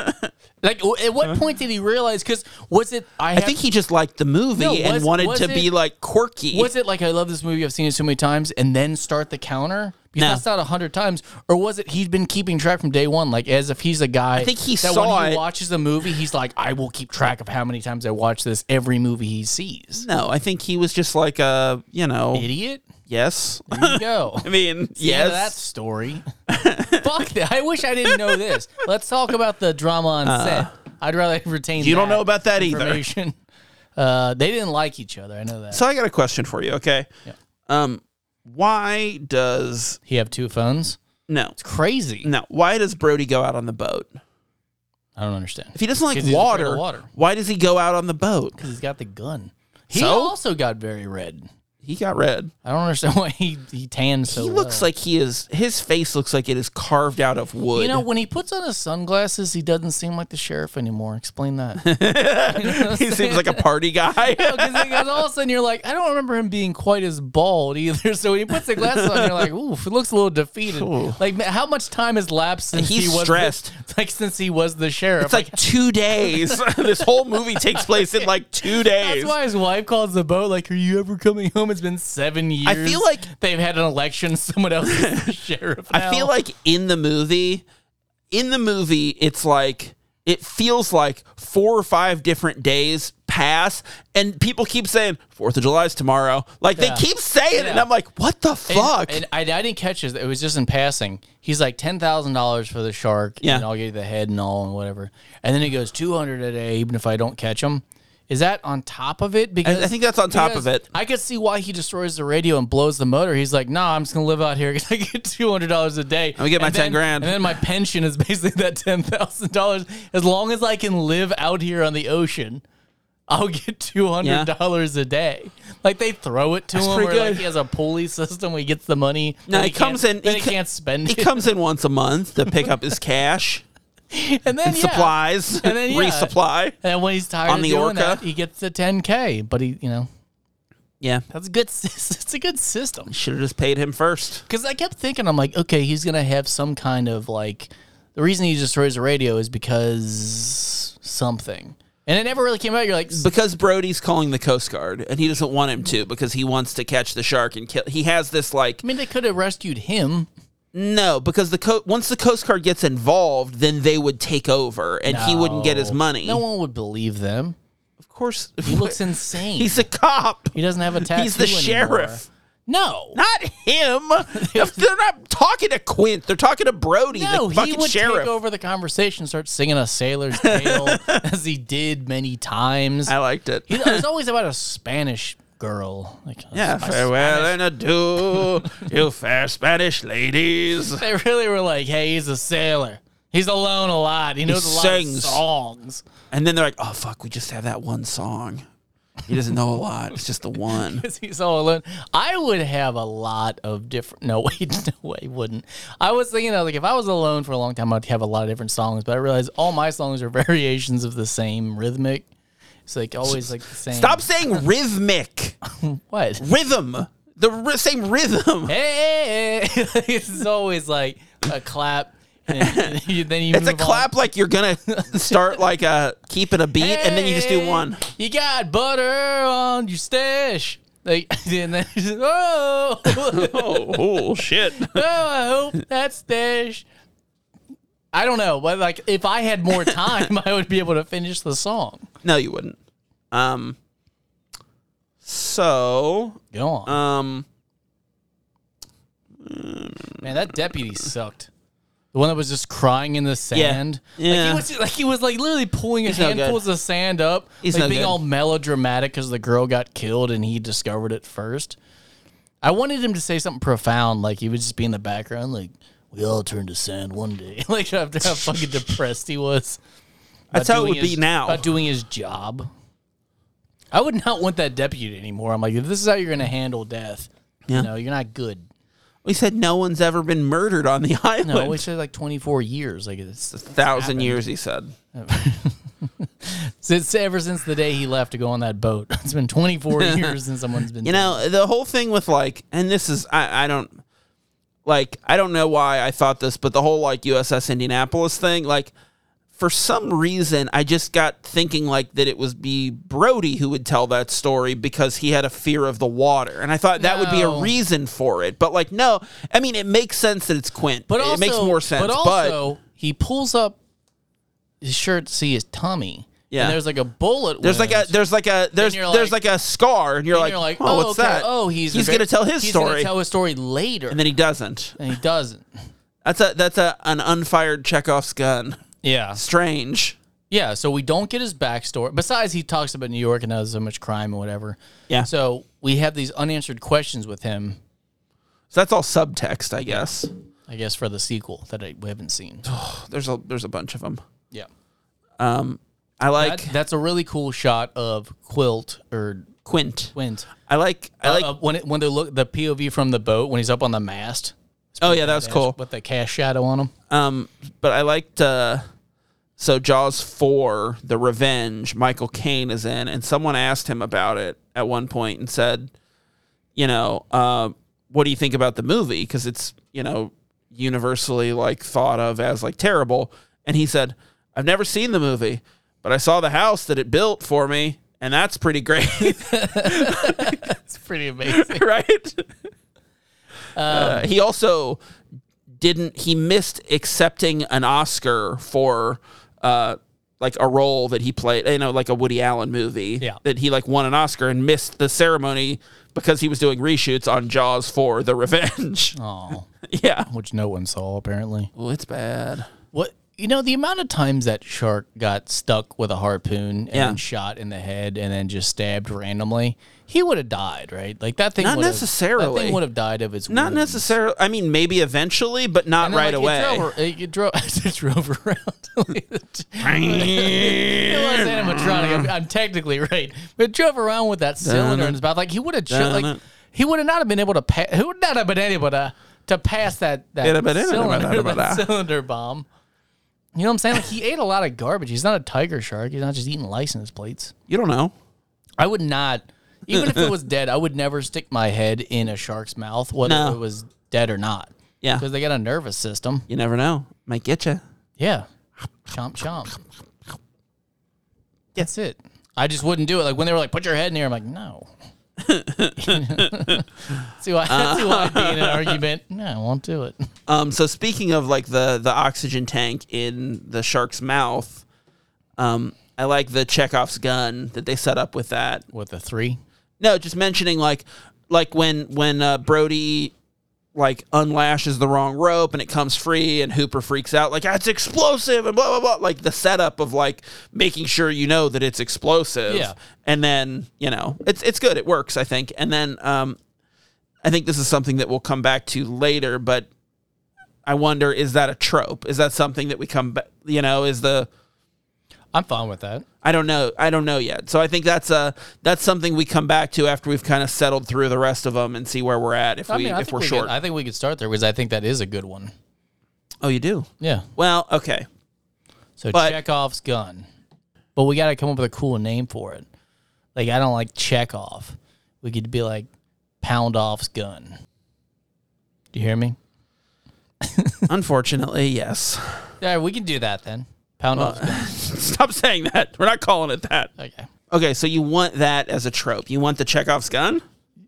Speaker 2: matter?
Speaker 1: know.
Speaker 2: Like, w- at what point did he realize? Because was it? I,
Speaker 1: I
Speaker 2: have,
Speaker 1: think he just liked the movie
Speaker 2: No,
Speaker 1: and
Speaker 2: was-
Speaker 1: wanted
Speaker 2: was
Speaker 1: to be
Speaker 2: it-
Speaker 1: like quirky.
Speaker 2: was it like I love this movie. I've seen it so many times, and then start the counter. Because
Speaker 1: No.
Speaker 2: that's not a hundred times, or was it he's been keeping track from day one, like as if he's a guy. I
Speaker 1: think he
Speaker 2: that
Speaker 1: saw
Speaker 2: when he
Speaker 1: it.
Speaker 2: watches a movie, he's like, I will keep track of how many times I watch this every movie he sees.
Speaker 1: no, I think he was just like a, you know,
Speaker 2: Idiot,
Speaker 1: yes.
Speaker 2: There you go.
Speaker 1: I mean,
Speaker 2: Yeah,
Speaker 1: yes.
Speaker 2: that story. Fuck that. I wish I didn't know this. Let's talk about the drama on set. I'd rather retain.
Speaker 1: Uh-huh. you don't know about that either.
Speaker 2: information. Uh, they didn't like each other. I know that.
Speaker 1: So I got a question for you, okay?
Speaker 2: Yeah.
Speaker 1: Um why does
Speaker 2: he have two phones.
Speaker 1: no.
Speaker 2: Crazy.
Speaker 1: No, why does Brody go out on the boat?
Speaker 2: I don't understand.
Speaker 1: If he doesn't like
Speaker 2: 'Cause he's afraid
Speaker 1: water,
Speaker 2: of water.
Speaker 1: why does he go out on the boat?
Speaker 2: Because he's got the gun. He
Speaker 1: So?
Speaker 2: also got very red.
Speaker 1: He got red.
Speaker 2: I don't understand why he he tans so.
Speaker 1: he looks like he is his face looks like it is carved out of wood.
Speaker 2: You know, when he puts on his sunglasses, he doesn't seem like the sheriff anymore. Explain that.
Speaker 1: he seems like a party guy.
Speaker 2: Because all of a sudden you're like, I don't remember him being quite as bald either. So when he puts the glasses on, you're like, oof, it looks a little defeated.
Speaker 1: Ooh.
Speaker 2: Like, man, how much time has lapsed since
Speaker 1: He's
Speaker 2: he was the-
Speaker 1: stressed.
Speaker 2: like since he was the sheriff?
Speaker 1: It's like two days. this whole movie takes place in like two days.
Speaker 2: that's why his wife calls the boat. Like, are you ever coming home? It's been seven years.
Speaker 1: I feel like-
Speaker 2: they've had an election. Someone else is the sheriff.
Speaker 1: I feel
Speaker 2: now.
Speaker 1: like in the movie, in the movie, it's like it feels like four or five different days pass and people keep saying fourth of july's tomorrow like
Speaker 2: Yeah.
Speaker 1: they keep saying it and
Speaker 2: Yeah.
Speaker 1: i'm like what the
Speaker 2: And-
Speaker 1: fuck
Speaker 2: And, I, I didn't catch this. It was just in passing. He's like ten thousand dollars for the shark.
Speaker 1: Yeah.
Speaker 2: and I'll get you the head and all and whatever. And then he goes two hundred a day, even if I don't catch him. Is that on top of it? Because
Speaker 1: I think that's on top of
Speaker 2: because
Speaker 1: it.
Speaker 2: I could see why he destroys the radio and blows the motor. He's like, "Nah, I'm just gonna live out here because I get two hundred dollars a day.
Speaker 1: gonna get my
Speaker 2: And then-
Speaker 1: 10 grand.
Speaker 2: and then my pension is basically that ten thousand dollars. As long as I can live out here on the ocean, I'll get two hundred dollars a day. Like they throw it to him,
Speaker 1: pretty
Speaker 2: or like
Speaker 1: good.
Speaker 2: he has a pulley system where he gets the money.
Speaker 1: No,
Speaker 2: then
Speaker 1: he comes
Speaker 2: can't-
Speaker 1: in-
Speaker 2: Then
Speaker 1: he
Speaker 2: he,
Speaker 1: co-
Speaker 2: can't spend
Speaker 1: he
Speaker 2: it.
Speaker 1: comes in once a month to pick up his cash
Speaker 2: and then yeah.
Speaker 1: supplies
Speaker 2: And then, yeah.
Speaker 1: resupply
Speaker 2: And when he's tired
Speaker 1: On
Speaker 2: of
Speaker 1: the
Speaker 2: doing
Speaker 1: Orca.
Speaker 2: that, he gets the ten k. But he, you know,
Speaker 1: yeah
Speaker 2: that's a good. sys- It's a good system.
Speaker 1: should have just paid him first
Speaker 2: Because I kept thinking, I'm like, okay, he's gonna have some kind of like. The reason he destroys the radio is because something, and it never really came out. You're like,
Speaker 1: because brody's calling the coast guard and he doesn't want him to because he wants to catch the shark and kill he has this like
Speaker 2: I mean, they could have rescued him.
Speaker 1: No, because the co- once the Coast Guard gets involved, then they would take over, and he wouldn't get his
Speaker 2: No.
Speaker 1: money.
Speaker 2: No one would believe them.
Speaker 1: of course,
Speaker 2: He looks insane.
Speaker 1: he's a cop.
Speaker 2: he doesn't have a tattoo.
Speaker 1: He's the
Speaker 2: anymore.
Speaker 1: sheriff.
Speaker 2: No,
Speaker 1: Not him. If They're not talking to Quint. They're talking to Brody,
Speaker 2: no,
Speaker 1: the
Speaker 2: he
Speaker 1: fucking
Speaker 2: would
Speaker 1: sheriff.
Speaker 2: take over the conversation, start singing a sailor's tale as he did many times.
Speaker 1: I liked it.
Speaker 2: He- It's always about a Spanish girl. Like,
Speaker 1: yeah, farewell and adieu, you fair Spanish ladies.
Speaker 2: They really were like, "Hey, he's a sailor. He's alone a lot. He knows a lot
Speaker 1: sings.
Speaker 2: of songs."
Speaker 1: And then they're like, "Oh fuck, we just have that one song. He doesn't know a lot. It's just the one."
Speaker 2: 'Cause He's all alone. I would have a lot of different. No way, no way, wouldn't. I was thinking, I was like, if I was alone for a long time, I'd have a lot of different songs. But I realized all my songs are variations of the same rhythmic. It's like always like the same.
Speaker 1: Stop saying rhythmic
Speaker 2: What?
Speaker 1: rhythm. The r- same rhythm.
Speaker 2: Hey, it's always like a clap. And then you, then you
Speaker 1: It's a
Speaker 2: move on.
Speaker 1: clap like you're gonna start like a keeping a beat and then you just do
Speaker 2: Hey,
Speaker 1: one.
Speaker 2: You got butter on your stash. Like and then oh, oh,
Speaker 1: Oh shit.
Speaker 2: I hope that stash. I don't know, but like if I had more time, I would be able to finish the song.
Speaker 1: No, you wouldn't. Um so
Speaker 2: Go on,
Speaker 1: um
Speaker 2: man. That deputy sucked. The one that was just crying in the sand. Like
Speaker 1: Yeah.
Speaker 2: he was like he was like literally pulling his
Speaker 1: no good.
Speaker 2: handfuls of sand up.
Speaker 1: He's
Speaker 2: like
Speaker 1: no
Speaker 2: being
Speaker 1: good.
Speaker 2: all melodramatic because the girl got killed and he discovered it first. I wanted him to say something profound, like he would just be in the background, like we all turn to sand one day. like after how fucking depressed he was.
Speaker 1: That's
Speaker 2: about
Speaker 1: how it
Speaker 2: doing
Speaker 1: would be
Speaker 2: his-
Speaker 1: now.
Speaker 2: About doing his job. I would not want that deputy anymore. I'm like, if this is how you're gonna handle death,
Speaker 1: Yeah.
Speaker 2: you know, you're not good.
Speaker 1: we said no one's ever been murdered on the island.
Speaker 2: No, it's like 24 years. Like it's
Speaker 1: a thousand years he said.
Speaker 2: Since ever since the day he left to go on that boat, it's been 24 years since someone's been.
Speaker 1: You know, the whole thing with like and this is I, I don't like I don't know why I thought this, but the whole like USS Indianapolis thing, like for some reason I just got thinking like that it was be Brody who would tell that story because he had a fear of the water. And I thought that would be a
Speaker 2: No.
Speaker 1: reason for it. But like no, I mean it makes sense that it's Quint.
Speaker 2: but
Speaker 1: it
Speaker 2: also,
Speaker 1: makes more sense.
Speaker 2: But also, he pulls up his shirt to see his tummy.
Speaker 1: Yeah.
Speaker 2: and there's like a bullet.
Speaker 1: there's like a
Speaker 2: wound.
Speaker 1: there's like a there's
Speaker 2: you're
Speaker 1: there's like
Speaker 2: like-
Speaker 1: a scar and you're,
Speaker 2: And
Speaker 1: like,
Speaker 2: you're like,
Speaker 1: oh, what's
Speaker 2: okay,
Speaker 1: that?
Speaker 2: oh, he's
Speaker 1: he's
Speaker 2: a very-
Speaker 1: gonna tell his
Speaker 2: he's
Speaker 1: story
Speaker 2: Gonna tell his story later,
Speaker 1: and then he doesn't.
Speaker 2: and he doesn't.
Speaker 1: That's a that's a an unfired Chekhov's gun.
Speaker 2: Yeah,
Speaker 1: Strange.
Speaker 2: yeah. So we don't get his backstory. Besides, he talks about New York and how there's so much crime and whatever.
Speaker 1: Yeah. So,
Speaker 2: So we have these unanswered questions with him.
Speaker 1: that's all subtext, I guess.
Speaker 2: I guess for the sequel that I, we haven't seen.
Speaker 1: There's a there's a bunch of them.
Speaker 2: Yeah.
Speaker 1: Um, I like
Speaker 2: That, that's a really cool shot of Quilt or
Speaker 1: Quint.
Speaker 2: Quint.
Speaker 1: I like I like.
Speaker 2: uh, when it, when they look the POV from the boat when he's up on the mast.
Speaker 1: oh yeah, that was cool.
Speaker 2: With the cast shadow on him.
Speaker 1: Um, but I liked. Uh, so Jaws four, The Revenge. Michael Caine is in, and someone asked him about it at one point and said, you know, uh, what do you think about the movie? Because it's you know universally like thought of as like terrible. And he said, I've never seen the movie, but I saw the house that it built for me, and that's pretty great,
Speaker 2: It's pretty amazing.
Speaker 1: right? Uh, he also didn't. He missed accepting an Oscar for uh, like a role that he played, you know, like a Woody Allen movie
Speaker 4: Yeah.
Speaker 1: that he like won an Oscar and missed the ceremony because he was doing reshoots on Jaws for The Revenge.
Speaker 2: Oh,
Speaker 1: yeah.
Speaker 2: which no one saw apparently.
Speaker 1: Well, it's bad.
Speaker 2: What you know, the amount of times that shark got stuck with a harpoon and
Speaker 1: Yeah.
Speaker 2: shot in the head and then just stabbed randomly, he would have died, right? Like that thing.
Speaker 1: Not
Speaker 2: would've- That
Speaker 1: necessarily.
Speaker 2: thing would have died of its.
Speaker 1: Not
Speaker 2: wounds.
Speaker 1: necessarily. I mean, maybe eventually, but not
Speaker 2: And then,
Speaker 1: right
Speaker 2: like,
Speaker 1: away.
Speaker 2: It drove, ar- it drove, it drove around. it was animatronic. I'm, I'm technically right, but it drove around with that cylinder in his mouth. Like he would have, cho- like
Speaker 1: Dun-dun.
Speaker 2: he would have not have been able to. Pa- he would not have been able to to pass that that
Speaker 1: Bada bada
Speaker 2: cylinder,
Speaker 1: bada bada
Speaker 2: that
Speaker 1: bada.
Speaker 2: cylinder bomb. You know what I'm saying? Like he ate a lot of garbage. He's not a tiger shark. He's not just eating license plates.
Speaker 1: You don't know.
Speaker 2: I would not, even if it was dead, I would never stick my head in a shark's mouth, whether
Speaker 1: No.
Speaker 2: it was dead or not.
Speaker 1: Yeah.
Speaker 2: Because they got a nervous system.
Speaker 1: You never know. Might get you.
Speaker 2: Yeah. Chomp chomp. That's it. I just wouldn't do it. Like when they were like, put your head in here, I'm like, no. see why see why I'd be in an argument. No, I won't do it.
Speaker 1: Um, so speaking of like the the oxygen tank in the shark's mouth, um, I like the Chekhov's gun that they set up with that.
Speaker 2: With a three.
Speaker 1: No, just mentioning like like when when uh, Brody like unlashes the wrong rope and it comes free and Hooper freaks out like that's explosive and blah blah blah like the setup of like making sure you know that it's explosive
Speaker 2: Yeah.
Speaker 1: and then you know it's it's good it works I think and then um I think this is something that we'll come back to later but I wonder is that a trope is that something that we come back you know is the
Speaker 2: I'm fine with that.
Speaker 1: I don't know. I don't know yet. So I think that's a that's something we come back to after we've kind of settled through the rest of them and see where we're at if
Speaker 2: I
Speaker 1: we
Speaker 2: mean, I
Speaker 1: if
Speaker 2: think
Speaker 1: we're
Speaker 2: we
Speaker 1: short.
Speaker 2: Could, I think we could start there because I think that is a good one.
Speaker 1: oh, you do.
Speaker 2: Yeah.
Speaker 1: Well, okay.
Speaker 2: So
Speaker 1: But-
Speaker 2: Chekhov's gun. But we got to come up with a cool name for it. Like I don't like Chekhov. We could be like Poundoff's gun. Do you hear me?
Speaker 1: Unfortunately, yes.
Speaker 2: Yeah, we can do that then. Pound off.
Speaker 1: Stop saying that. We're not calling it that.
Speaker 2: Okay.
Speaker 1: Okay, so you want that as a trope. You want the Chekhov's gun?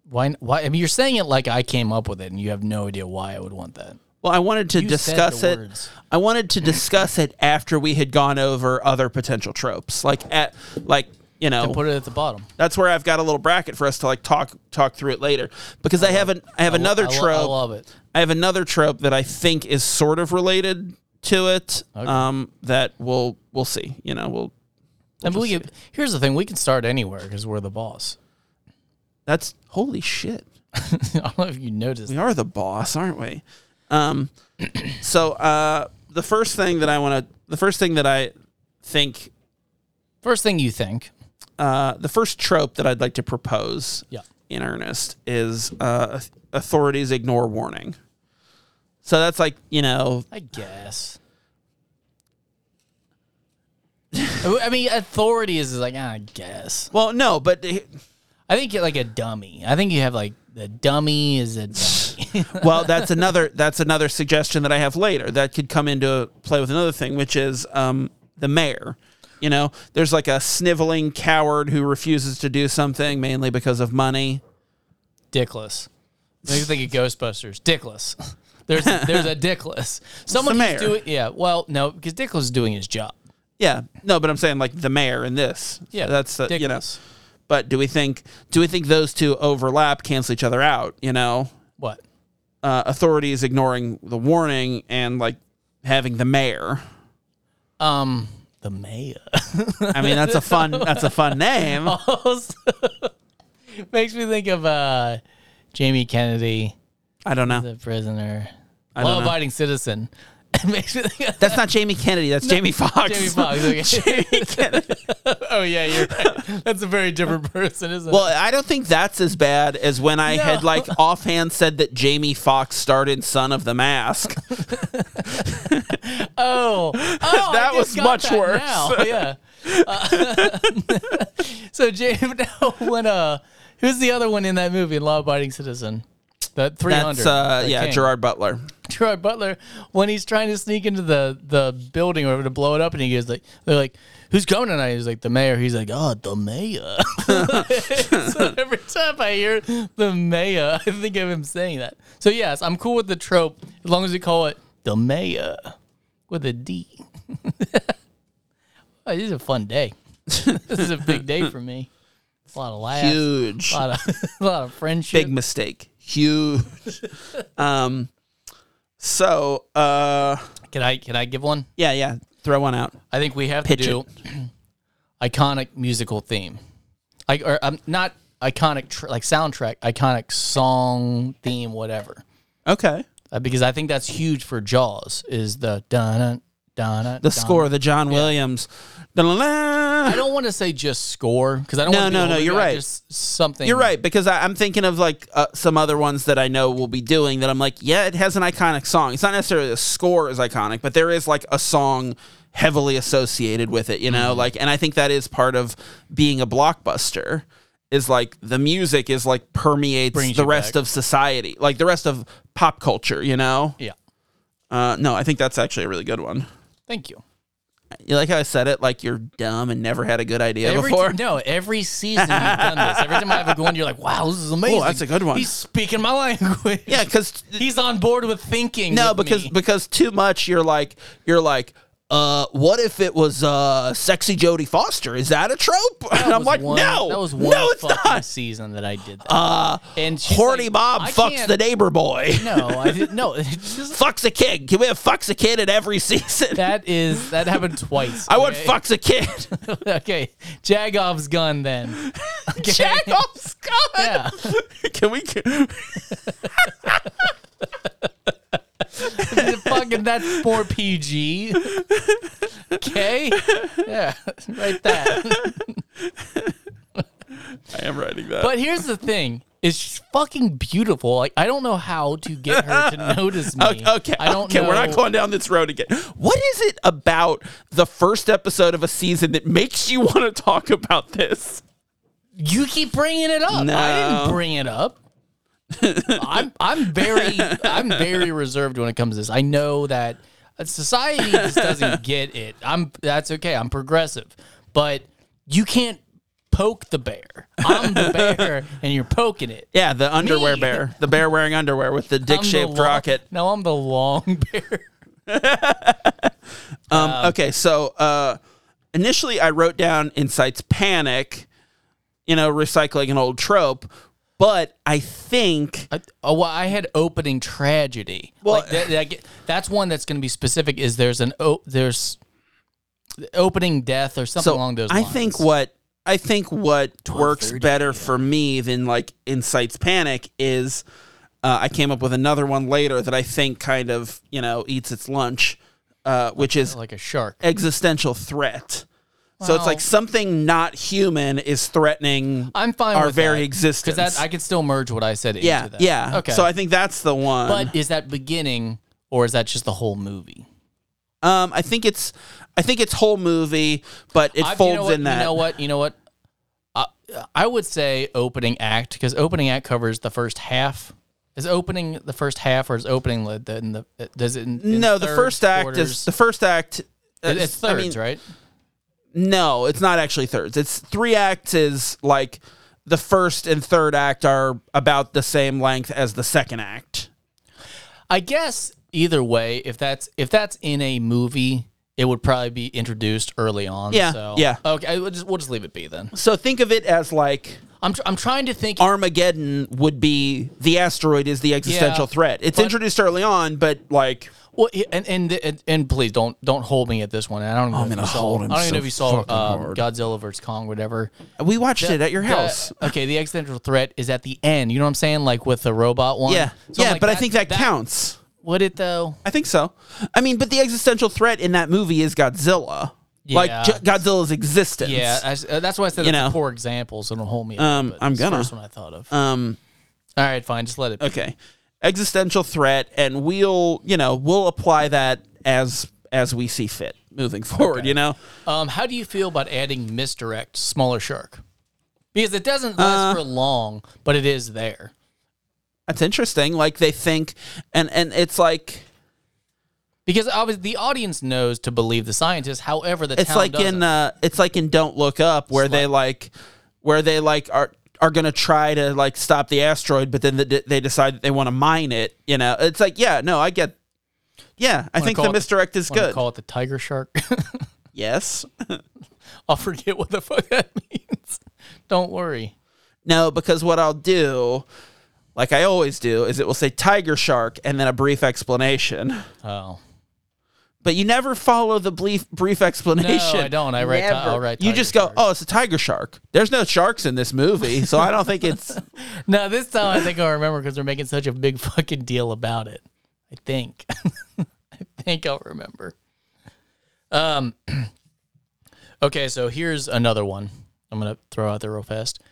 Speaker 2: Why? Why? I mean, you're saying it like I came up with it, and you have no idea why I would want that.
Speaker 1: Well, I wanted to
Speaker 2: You said
Speaker 1: discuss
Speaker 2: the
Speaker 1: it.
Speaker 2: words.
Speaker 1: I wanted to discuss it after we had gone over other potential tropes. Like at like, you know,
Speaker 2: Put it at the bottom.
Speaker 1: that's where I've got a little bracket for us to like talk talk through it later because I, have an I have another
Speaker 2: I, lo-
Speaker 1: trope.
Speaker 2: I love it.
Speaker 1: I have another trope that I think is sort of related to it. Um, that we'll we'll see. You know, we'll
Speaker 2: And we could, here's the thing: we can start anywhere because we're the boss.
Speaker 1: that's holy shit.
Speaker 2: I don't know if you noticed.
Speaker 1: We are the boss, aren't we? Um, so uh, the first thing that I want to, the first thing that I think,
Speaker 2: First thing you think?
Speaker 1: uh, the first trope that I'd like to propose,
Speaker 2: Yeah.
Speaker 1: in earnest, is uh, authorities ignore warning. So that's like you know
Speaker 2: I guess. I I mean, authority is like I guess.
Speaker 1: Well, no, but
Speaker 2: I think you're like a dummy. I think you have like the dummy is a dummy.
Speaker 1: well, that's another that's another suggestion that I have later that could come into play with another thing, which is um, the mayor. You know, there's like a sniveling coward who refuses to do something mainly because of money.
Speaker 2: Dickless. Maybe think of Ghostbusters. Dickless. There's there's a Dickless. Someone
Speaker 1: the
Speaker 2: who's
Speaker 1: mayor.
Speaker 2: doing yeah. Well, no, because Dickless is doing his job.
Speaker 1: Yeah, no, but I'm saying like the mayor in this.
Speaker 2: Yeah,
Speaker 1: that's the, you know.
Speaker 2: Dickless.
Speaker 1: But do we think do we think those two overlap, cancel each other out? You know,
Speaker 2: What?
Speaker 1: uh, authorities ignoring the warning and like having the mayor.
Speaker 2: Um, the mayor.
Speaker 1: I mean, that's a fun that's a fun name.
Speaker 2: Also, makes me think of uh, Jamie Kennedy,
Speaker 1: I don't know.
Speaker 2: the prisoner,
Speaker 1: don't know.
Speaker 2: law-abiding citizen. It makes me think of
Speaker 1: That's not Jamie Kennedy. That's Jamie Foxx.
Speaker 2: Jamie Foxx. Okay. oh yeah, you're right. That's a very different person, isn't
Speaker 1: Well, I don't think that's as bad as when I had
Speaker 2: No.
Speaker 1: like offhand said that Jamie Foxx starred in Son of the Mask.
Speaker 2: it? Oh, oh I
Speaker 1: That
Speaker 2: just
Speaker 1: was
Speaker 2: got
Speaker 1: much
Speaker 2: that
Speaker 1: worse.
Speaker 2: now. Yeah. Uh, so Jamie, no, when uh, who's the other one in that movie, Law-abiding citizen? That three hundred.
Speaker 1: That's uh yeah,
Speaker 2: King.
Speaker 1: Gerard Butler.
Speaker 2: Gerard Butler when he's trying to sneak into the the building or whatever to blow it up, and he goes like, "They're like, who's coming tonight?" He's like, "The mayor." He's like, "Oh, the mayor." so every time I hear the mayor, I think of him saying that. So yes, I'm cool with the trope as long as we call it the mayor with a D. Oh, this is a fun day. this is a big day for me. It's a lot of laughs,
Speaker 1: Huge.
Speaker 2: a lot of a lot of friendship.
Speaker 1: Big mistake. Huge. um so uh
Speaker 2: Can I can I give one?
Speaker 1: yeah, yeah. Throw one out.
Speaker 2: I think we have
Speaker 1: Pitch
Speaker 2: to do iconic musical theme. I or I'm not iconic tr- like soundtrack, iconic song theme, whatever.
Speaker 1: Okay.
Speaker 2: Uh, because I think that's huge for Jaws is the dun dun dun.
Speaker 1: The score, the John Williams. Da-la-la.
Speaker 2: I don't want to say just score because I don't.
Speaker 1: No,
Speaker 2: wanna be
Speaker 1: no, no,
Speaker 2: overly-
Speaker 1: you're
Speaker 2: I
Speaker 1: right.
Speaker 2: Just something.
Speaker 1: You're right because I, I'm thinking of like uh, some other ones that I know will be doing that. I'm like, yeah, it has an iconic song. It's not necessarily the score is iconic, but there is like a song heavily associated with it. You know,
Speaker 2: Mm-hmm.
Speaker 1: like, and I think that is part of being a blockbuster. Is like the music is like permeates
Speaker 2: Brings
Speaker 1: the
Speaker 2: you
Speaker 1: rest
Speaker 2: back.
Speaker 1: of society, like the rest of pop culture. You know,
Speaker 2: Yeah.
Speaker 1: uh, no, I think that's actually a really good one.
Speaker 2: Thank you.
Speaker 1: You like how I said it? Like you're dumb and never had a good idea
Speaker 2: Every
Speaker 1: before.
Speaker 2: t- no, every season you've done this. Every time I have a good one, you're like, "Wow, this is amazing."
Speaker 1: that's a good one.
Speaker 2: He's speaking my language.
Speaker 1: yeah, because
Speaker 2: he's on board with thinking.
Speaker 1: No,
Speaker 2: with
Speaker 1: because
Speaker 2: me.
Speaker 1: because too much. You're like you're like. Uh, what if it was uh, sexy Jodie Foster? Is that a trope? and I'm
Speaker 2: was
Speaker 1: like,
Speaker 2: one-
Speaker 1: no,
Speaker 2: That was one
Speaker 1: no, it's
Speaker 2: fucking
Speaker 1: not.
Speaker 2: season that I did that. Uh, and she's
Speaker 1: Horny
Speaker 2: like,
Speaker 1: Bob
Speaker 2: I
Speaker 1: fucks
Speaker 2: can't-
Speaker 1: the neighbor boy,
Speaker 2: No, I didn't. No, it's just-
Speaker 1: fucks a kid. Can we have fucks a kid in every season?
Speaker 2: that is that happened twice.
Speaker 1: I want
Speaker 2: okay?
Speaker 1: fucks a kid.
Speaker 2: okay, Jagov's gun then. Okay.
Speaker 1: Jacob's God.
Speaker 2: Yeah,
Speaker 1: Can we?
Speaker 2: fucking that's more PG. Okay, yeah, write that.
Speaker 1: I am writing that.
Speaker 2: But here's the thing. It's just fucking beautiful. Like I don't know how to get her to notice me.
Speaker 1: Okay, okay,
Speaker 2: I don't
Speaker 1: okay,
Speaker 2: know.
Speaker 1: We're not going down this road again. What is it about the first episode of a season that makes you want to talk about this?
Speaker 2: You keep bringing it up. I
Speaker 1: No.
Speaker 2: didn't bring it up. I'm I'm very I'm very reserved when it comes to this. I know that society just doesn't get it. I'm that's okay. I'm progressive, but you can't poke the bear. I'm the bear, and you're poking it.
Speaker 1: Yeah, the underwear
Speaker 2: Me.
Speaker 1: bear. The bear wearing underwear with the dick
Speaker 2: I'm the
Speaker 1: shaped
Speaker 2: long-
Speaker 1: rocket.
Speaker 2: No, I'm the long bear.
Speaker 1: Um,
Speaker 2: Oh.
Speaker 1: okay, so uh, initially I wrote down Insight's Panic, you know, recycling an old trope, but I think.
Speaker 2: I, oh, well, I had opening tragedy.
Speaker 1: Well-
Speaker 2: like that, that- that's one that's going to be specific. Is there's an o there's opening death or something
Speaker 1: So
Speaker 2: along those
Speaker 1: I
Speaker 2: lines.
Speaker 1: think what. I think what works better for me than like Insight's Panic is uh, I came up with another one later that I think kind of, you know, eats its lunch, uh, which is
Speaker 2: like a shark.
Speaker 1: existential threat. So it's
Speaker 2: Well-
Speaker 1: like something not human is threatening
Speaker 2: I'm fine.
Speaker 1: our
Speaker 2: with
Speaker 1: very
Speaker 2: that,
Speaker 1: existence.
Speaker 2: Because I could still merge what I said
Speaker 1: yeah,
Speaker 2: into that.
Speaker 1: yeah.
Speaker 2: Okay.
Speaker 1: So I think that's the one.
Speaker 2: but is that beginning or is that just the whole movie?
Speaker 1: um, I think it's, I think it's whole movie, but it
Speaker 2: I- you
Speaker 1: folds
Speaker 2: know what,
Speaker 1: in that.
Speaker 2: You know what? You know what? I, I would say opening act because opening act covers the first half. Is opening the first half or is opening the, the, in the does it? In, in
Speaker 1: no, the
Speaker 2: third
Speaker 1: first act is
Speaker 2: quarters?
Speaker 1: the first act. uh,
Speaker 2: It- it's
Speaker 1: I
Speaker 2: thirds,
Speaker 1: mean,
Speaker 2: right?
Speaker 1: No, it's not actually thirds. It's three acts. Is like the first and third act are about the same length as the second act.
Speaker 2: I guess either way, if that's if that's in a movie, it would probably be introduced early on.
Speaker 1: Yeah,
Speaker 2: So.
Speaker 1: yeah.
Speaker 2: Okay. I- We'll just, we'll just leave it be then.
Speaker 1: So think of it as like
Speaker 2: I'm tr- I'm trying to think.
Speaker 1: Armageddon would be the asteroid is the existential
Speaker 2: Yeah,
Speaker 1: threat. It's introduced early on, but like
Speaker 2: Well, yeah, and and, and and please don't don't hold me at this one. I don't
Speaker 1: Oh,
Speaker 2: even know if you saw.
Speaker 1: hold
Speaker 2: I
Speaker 1: him
Speaker 2: don't even
Speaker 1: so
Speaker 2: know if you saw
Speaker 1: fucking
Speaker 2: um,
Speaker 1: hard.
Speaker 2: Godzilla vs Kong, whatever.
Speaker 1: we watched it at your
Speaker 2: The-
Speaker 1: house.
Speaker 2: okay, the existential threat is at the end. You know what I'm saying? Like with the robot one.
Speaker 1: yeah,
Speaker 2: So I'm
Speaker 1: yeah,
Speaker 2: like,
Speaker 1: but I think that, counts.
Speaker 2: Would it though?
Speaker 1: I think so. I mean, but the existential threat in that movie is Godzilla. Like
Speaker 2: Yeah.
Speaker 1: J- Godzilla's existence.
Speaker 2: Yeah, I s- uh, that's why I said
Speaker 1: You
Speaker 2: it's a
Speaker 1: know.
Speaker 2: poor example, so don't hold me.
Speaker 1: Um,
Speaker 2: up, but
Speaker 1: I'm
Speaker 2: it's the
Speaker 1: gonna.
Speaker 2: First one I thought of.
Speaker 1: Um.
Speaker 2: All right, fine, just let it. be.
Speaker 1: Okay. Existential threat, and we'll you know we'll apply that as as we see fit moving forward. You know.
Speaker 2: Um, how do you feel about adding misdirect, smaller shark? Because it doesn't last
Speaker 1: Uh,
Speaker 2: for long, but it is there.
Speaker 1: That's interesting. Like they think, and and it's like
Speaker 2: Because obviously the audience knows to believe the scientists. However, the
Speaker 1: it's
Speaker 2: town
Speaker 1: like
Speaker 2: doesn't.
Speaker 1: in uh it's like in don't look up where they like where they like are are gonna try to like stop the asteroid but then the, they decide that they want to mine it you know it's like yeah no i get yeah i think
Speaker 2: call
Speaker 1: the
Speaker 2: it-
Speaker 1: misdirect is
Speaker 2: Wanna
Speaker 1: good
Speaker 2: Call it the tiger shark.
Speaker 1: Yes.
Speaker 2: I'll forget what the fuck that means. Don't worry.
Speaker 1: No, because what I'll do, like I always do, is it will say tiger shark and then a brief explanation.
Speaker 2: Oh.
Speaker 1: But you never follow the brief, brief
Speaker 2: No,
Speaker 1: explanation.
Speaker 2: I don't. I write. Ti-
Speaker 1: Never.
Speaker 2: I'll write.
Speaker 1: you
Speaker 2: tiger
Speaker 1: just go,
Speaker 2: shark.
Speaker 1: oh, it's a tiger shark. There's no sharks in this movie, so I don't think it's.
Speaker 2: No, this time I think I remember because they're making such a big fucking deal about it. I think. I think I'll remember. Um. Okay, so here's another one. I'm gonna throw out there real fast,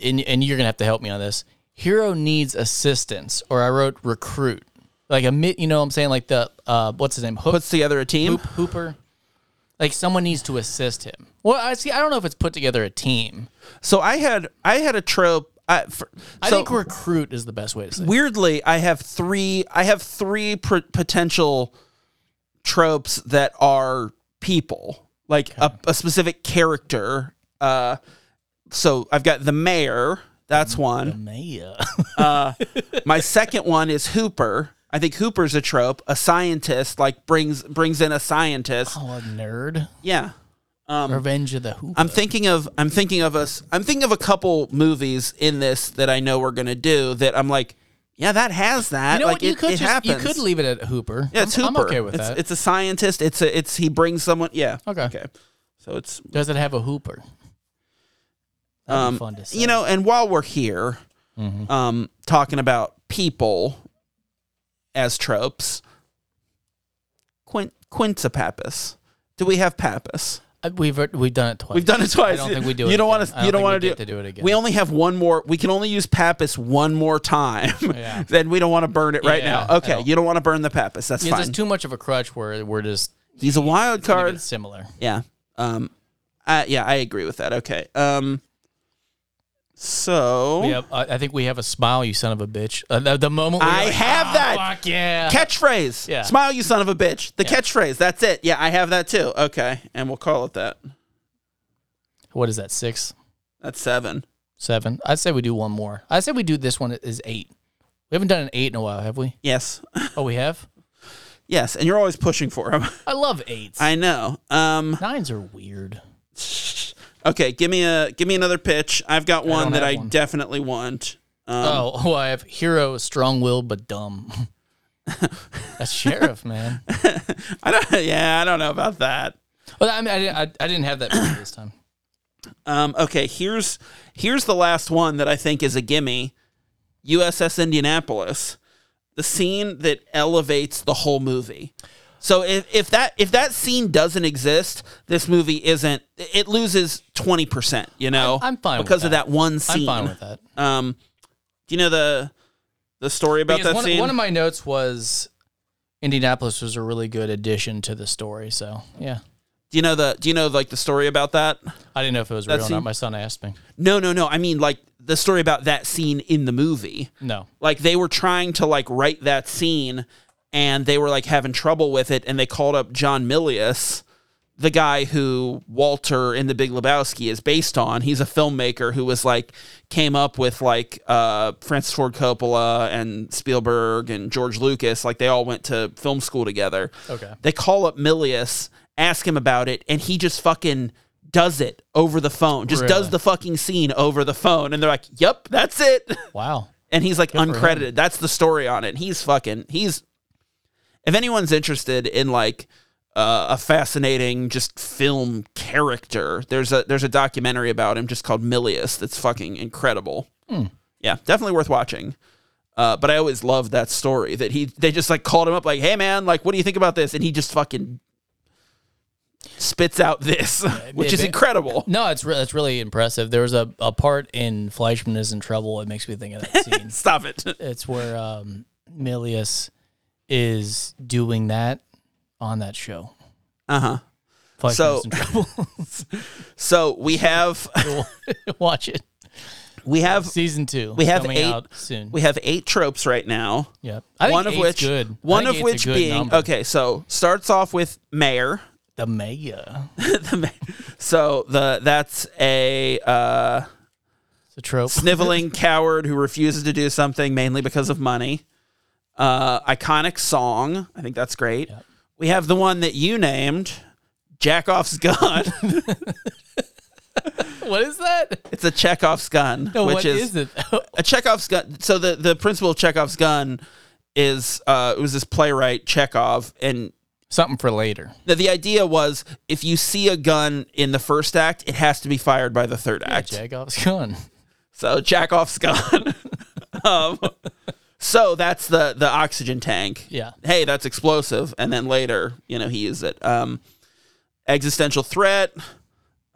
Speaker 2: and and you're gonna have to help me on this. Hero needs assistance, or I wrote recruit, like a mid. You know, what I'm saying like the uh, what's his name? Hook,
Speaker 1: puts together a team.
Speaker 2: Hoop, Hooper. Like someone needs to assist him. Well, I see. I don't know if it's put together a team.
Speaker 1: So I had I had a trope. I, for,
Speaker 2: I
Speaker 1: so
Speaker 2: think recruit is the best way to say. it.
Speaker 1: weirdly, I have three. I have three pr- potential tropes that are people, like a, a specific character. Uh, so I've got the mayor. That's one.
Speaker 2: Maya.
Speaker 1: My second one is Hooper. I think Hooper's a trope. A scientist like brings brings in a scientist.
Speaker 2: oh, a nerd.
Speaker 1: Yeah.
Speaker 2: Revenge of the Hoop.
Speaker 1: I'm thinking of I'm thinking of us I'm thinking of a couple movies in this that I know we're gonna do that I'm like, yeah, that has that.
Speaker 2: you know
Speaker 1: like
Speaker 2: what? You
Speaker 1: it,
Speaker 2: could
Speaker 1: it
Speaker 2: just
Speaker 1: happens.
Speaker 2: you could leave it at Hooper.
Speaker 1: Yeah, it's
Speaker 2: I'm,
Speaker 1: Hooper.
Speaker 2: I'm okay with
Speaker 1: it's,
Speaker 2: that.
Speaker 1: It's a scientist. It's a it's he brings someone. Yeah.
Speaker 2: Okay.
Speaker 1: Okay. So it's
Speaker 2: Does it have a Hooper? That'd be
Speaker 1: um
Speaker 2: fun to say.
Speaker 1: you know, and while we're here,
Speaker 2: Mm-hmm.
Speaker 1: um, talking about people as tropes, Quint Quincepappus. Do we have Pappas?
Speaker 2: Uh, we've we've done it twice.
Speaker 1: We've done it twice.
Speaker 2: I don't think we do.
Speaker 1: You
Speaker 2: it
Speaker 1: don't want
Speaker 2: again. I
Speaker 1: to. You don't
Speaker 2: think
Speaker 1: want
Speaker 2: we
Speaker 1: to do,
Speaker 2: get to do it again.
Speaker 1: We only have one more. We can only use Pappas one more time.
Speaker 2: Yeah.
Speaker 1: then we don't want to burn it right
Speaker 2: Yeah,
Speaker 1: now.
Speaker 2: I
Speaker 1: Okay,
Speaker 2: don't-
Speaker 1: you don't want to burn the Pappas. That's
Speaker 2: It's
Speaker 1: fine.
Speaker 2: just too much of a crutch where we're just
Speaker 1: He's a wild
Speaker 2: gonna
Speaker 1: card.
Speaker 2: get similar.
Speaker 1: Yeah. Um. I, yeah, I agree with that. Okay. Um. So
Speaker 2: We have, I I think we have a smile, you son of a bitch. Uh, the, the moment we "Ah,
Speaker 1: I have that."
Speaker 2: Fuck yeah.
Speaker 1: catchphrase.
Speaker 2: Yeah.
Speaker 1: Smile, you son of a bitch. The catchphrase. That's it. Yeah, I have that too. Okay, and we'll call it that.
Speaker 2: What is that? Six,
Speaker 1: That's seven.
Speaker 2: seven? I'd say we do one more. I say we do this one is eight. We haven't done an eight in a while, have we?
Speaker 1: Yes.
Speaker 2: Oh, we have.
Speaker 1: Yes, and you're always pushing for him.
Speaker 2: I love eights.
Speaker 1: I know. Um.
Speaker 2: Nines are weird.
Speaker 1: Okay, give me a give me another pitch. I've got one
Speaker 2: don't
Speaker 1: that
Speaker 2: have
Speaker 1: I
Speaker 2: one.
Speaker 1: definitely want. Um,
Speaker 2: oh, well, I have hero, strong willed but dumb. A sheriff, man.
Speaker 1: I don't. Yeah, I don't know about that.
Speaker 2: Well, I mean, I didn't, I, I didn't have that picture this time.
Speaker 1: Um, okay, here's here's the last one that I think is a gimme. USS Indianapolis, the scene that elevates the whole movie. So if, if that if that scene doesn't exist, this movie isn't. It loses twenty percent. You know,
Speaker 2: I'm- I'm fine with
Speaker 1: because of
Speaker 2: that.
Speaker 1: that one
Speaker 2: I'm
Speaker 1: scene.
Speaker 2: fine with that.
Speaker 1: Um, do you know the the story about
Speaker 2: Because
Speaker 1: that
Speaker 2: one,
Speaker 1: scene?
Speaker 2: one of my notes was Indianapolis was a really good addition to the story. So, yeah.
Speaker 1: do you know the Do you know like the story about that?
Speaker 2: I didn't know if it was real or
Speaker 1: scene-
Speaker 2: not. My son asked me.
Speaker 1: No, no, no. I mean like the story about that scene in the movie.
Speaker 2: No.
Speaker 1: like they were trying to like write that scene and they were like having trouble with it and they called up John Milius the guy who Walter in the Big Lebowski is based on he's a filmmaker who was like came up with like uh Francis Ford Coppola and Spielberg and George Lucas like they all went to film school together
Speaker 2: Okay.
Speaker 1: they call up Milius ask him about it and he just fucking does it over the phone just
Speaker 2: Really?
Speaker 1: does the fucking scene over the phone and they're like yep that's it
Speaker 2: Wow.
Speaker 1: and he's like uncredited. That's the story on it. He's fucking he's if anyone's interested in like uh, a fascinating just film character, there's a there's a documentary about him just called Milius that's fucking incredible. Yeah, definitely worth watching. Uh, but I always loved that story that he they just like called him up like, hey man, like what do you think about this? And he just fucking spits out this, which is
Speaker 2: ba-
Speaker 1: incredible.
Speaker 2: No, it's, re- it's really impressive. There was a, a part in Fleischman is in Trouble. It makes me think of that scene.
Speaker 1: Stop it.
Speaker 2: it's where um, Milius is doing that on that show.
Speaker 1: Uh huh.
Speaker 2: Fleischman
Speaker 1: So-
Speaker 2: is in trouble.
Speaker 1: So we have
Speaker 2: Watch it.
Speaker 1: we have
Speaker 2: Season two.
Speaker 1: We have
Speaker 2: coming
Speaker 1: eight-
Speaker 2: out soon.
Speaker 1: We have eight tropes right now.
Speaker 2: yep. I think
Speaker 1: one of
Speaker 2: eight's
Speaker 1: which,
Speaker 2: good. I
Speaker 1: one
Speaker 2: think
Speaker 1: of
Speaker 2: eight's a
Speaker 1: which
Speaker 2: good
Speaker 1: being
Speaker 2: number.
Speaker 1: okay. So starts off with mayor.
Speaker 2: the mega.
Speaker 1: The ma- so the that's a uh,
Speaker 2: It's a trope.
Speaker 1: sniveling coward who refuses to do something mainly because of money. Uh, iconic song. I think that's great. We have the one that you named, Jackoff's gun.
Speaker 2: What is that?
Speaker 1: it's a Chekhov's gun,
Speaker 2: No,
Speaker 1: which
Speaker 2: what
Speaker 1: is,
Speaker 2: is it?
Speaker 1: a Chekhov's gun. So the the principle of Chekhov's gun is uh, it was this playwright Chekhov, and
Speaker 2: Something for later.
Speaker 1: the, the idea was if you see a gun in the first act, it has to be fired by the third act.
Speaker 2: Jackoff's gun.
Speaker 1: So Jackoff's gun. um, so that's the the oxygen tank.
Speaker 2: Yeah.
Speaker 1: Hey, that's explosive, and then later, you know, he used it. Um, existential threat.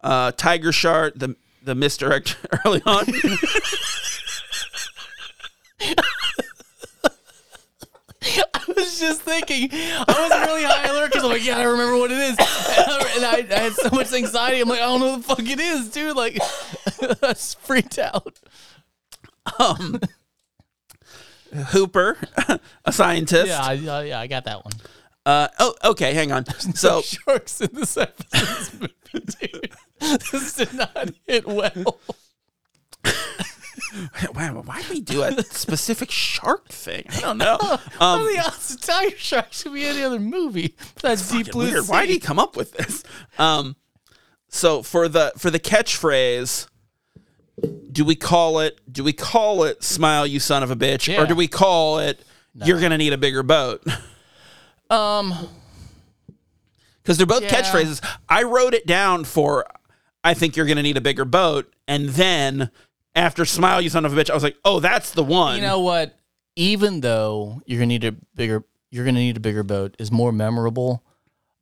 Speaker 1: Uh, Tiger Shark. The the misdirect early on.
Speaker 2: I was just thinking. I was really high alert because I'm like, yeah, I remember what it is, and I, and I- I had so much anxiety. I'm like, I don't know what the fuck it is, dude. Like, I was freaked out.
Speaker 1: Hooper, a scientist.
Speaker 2: Yeah, I, I, yeah, I got that one.
Speaker 1: Uh, oh, okay. Hang on. So
Speaker 2: sharks in this episode, this movie, dude. This did not hit well.
Speaker 1: wow, why do we do a specific shark thing? I don't know. Um,
Speaker 2: the odds of tiger sharks could be any other movie. That's deep blue.
Speaker 1: weird.
Speaker 2: Sea.
Speaker 1: Why did he come up with this? Um, so for the for the catchphrase, do we call it? Do we call it "Smile, you son of a bitch,"
Speaker 2: Yeah.
Speaker 1: or do we call it "You're gonna need a bigger boat"?
Speaker 2: Um,
Speaker 1: Because they're both
Speaker 2: Yeah.
Speaker 1: catchphrases. I wrote it down for "I think you're gonna need a bigger boat," and then after "Smile, you son of a bitch," I was like, "Oh, that's the one."
Speaker 2: you know what? Even though you're gonna need a bigger, you're gonna need a bigger boat is more memorable.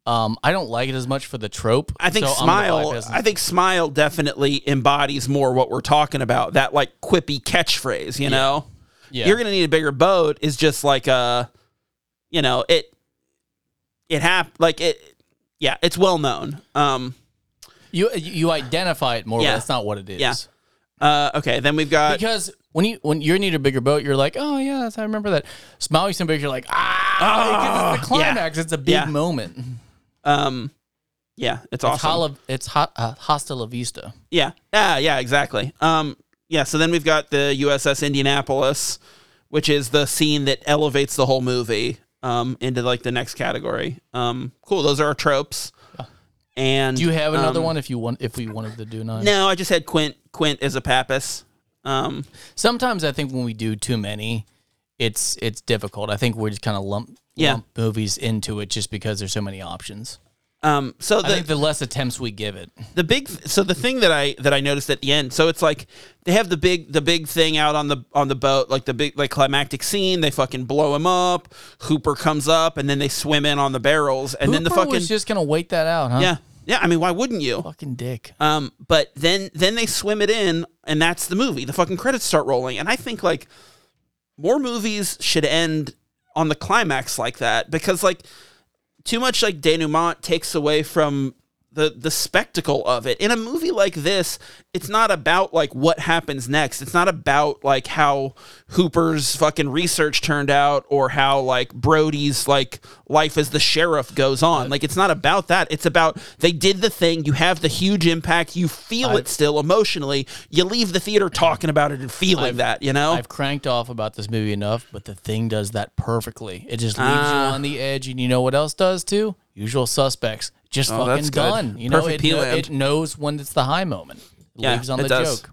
Speaker 2: Um, I don't like it as much for the trope.
Speaker 1: I think
Speaker 2: so I'm gonna
Speaker 1: smile.
Speaker 2: bypass it.
Speaker 1: I think smile definitely embodies more what we're talking about. That like quippy catchphrase, you know.
Speaker 2: Yeah.
Speaker 1: You're gonna need a bigger boat is just like a, you know it. It hap like it. Yeah, it's well known. Um.
Speaker 2: you you identify it more.
Speaker 1: Yeah.
Speaker 2: but That's not what it is.
Speaker 1: Yeah. Uh. Okay. Then we've got.
Speaker 2: Because when you when you need a bigger boat, you're like, oh yeah, that's, I remember that. Smile, you some big. You're like, ah, because it's the
Speaker 1: yeah.
Speaker 2: climax. It's a big
Speaker 1: Yeah.
Speaker 2: moment.
Speaker 1: um. Yeah, it's awesome.
Speaker 2: It's holla, it's hot, uh, hasta la vista.
Speaker 1: Yeah. Ah, yeah, exactly. Um, yeah, so then we've got the USS Indianapolis, which is the scene that elevates the whole movie um, into like the next category. Um, cool. Those are our tropes. And
Speaker 2: Do you have another
Speaker 1: um,
Speaker 2: one if you want? If we wanted to do nine,
Speaker 1: No, I just had Quint. Quint is a Pappas. Um,
Speaker 2: sometimes I think when we do too many, it's it's difficult. I think we're just kind of lump,
Speaker 1: Yeah.
Speaker 2: lump movies into it just because there's so many options.
Speaker 1: um, so
Speaker 2: I
Speaker 1: the-
Speaker 2: think the less attempts we give it,
Speaker 1: the big so the thing that I that I noticed at the end so it's like they have the big the big thing out on the on the boat like the big like climactic scene they fucking blow him up Hooper comes up and then they swim in on the barrels and then the
Speaker 2: Hooper
Speaker 1: fucking
Speaker 2: was just gonna wait that out, huh?
Speaker 1: yeah yeah I mean why wouldn't you
Speaker 2: fucking dick.
Speaker 1: um but then then they swim it in and that's the movie the fucking credits start rolling and I think like more movies should end on the climax like that because like too much like denouement takes away from the the spectacle of it. In a movie like this, it's not about like what happens next. It's not about like how Hooper's fucking research turned out or how like Brody's like life as the sheriff goes on. Like it's not about that. It's about they did the thing, you have the huge impact, you feel it still emotionally. You leave the theater talking about it and feeling that, you know?
Speaker 2: I've cranked off about this movie enough, but the thing does that perfectly. It just leaves
Speaker 1: Ah.
Speaker 2: you on the edge, and you know what else does too? Usual suspects. Just
Speaker 1: Oh, that's
Speaker 2: fucking
Speaker 1: good.
Speaker 2: done. You know,
Speaker 1: Perfect
Speaker 2: it, kno-
Speaker 1: P-land.
Speaker 2: it knows when it's the high moment. It
Speaker 1: Yeah,
Speaker 2: leaves on
Speaker 1: it
Speaker 2: the
Speaker 1: does.
Speaker 2: joke.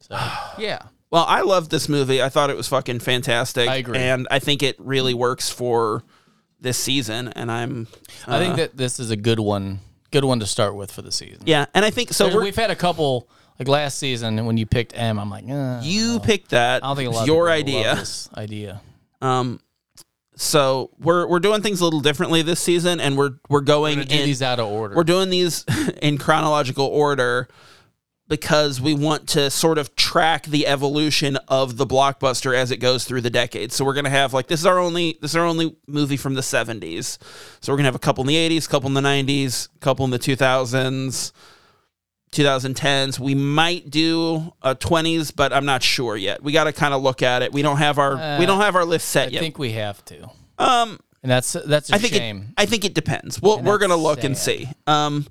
Speaker 2: So yeah.
Speaker 1: Well, I loved this movie. I thought it was fucking fantastic.
Speaker 2: I agree.
Speaker 1: and I think it really works for this season. And I'm,
Speaker 2: I
Speaker 1: Uh-huh.
Speaker 2: think that this is a good one. Good one to start with for the season.
Speaker 1: yeah, and I think so.
Speaker 2: There's-
Speaker 1: We're,
Speaker 2: we've had a couple like last season when you picked M. I'm like, eh,
Speaker 1: you picked that.
Speaker 2: I don't think a lot.
Speaker 1: it's
Speaker 2: of
Speaker 1: your
Speaker 2: people love
Speaker 1: idea.
Speaker 2: this idea.
Speaker 1: Um, so we're we're doing things a little differently this season, and we're we're going
Speaker 2: We're gonna do
Speaker 1: in.
Speaker 2: these out of order.
Speaker 1: we're doing these in chronological order because we want to sort of track the evolution of the blockbuster as it goes through the decades. So we're gonna have like this is our only this is our only movie from the seventies. So we're gonna have a couple in the eighties, couple in the nineties, couple in the two thousands. 2010s. We might do a 20s, but I'm not sure yet. We got to kind of look at it. We don't have our we don't have our list set
Speaker 2: Uh, I
Speaker 1: yet.
Speaker 2: think we have to,
Speaker 1: um,
Speaker 2: and that's that's a
Speaker 1: I think
Speaker 2: shame.
Speaker 1: It, I think it depends. Well, we're gonna
Speaker 2: that's
Speaker 1: look and
Speaker 2: sad.
Speaker 1: see. Um,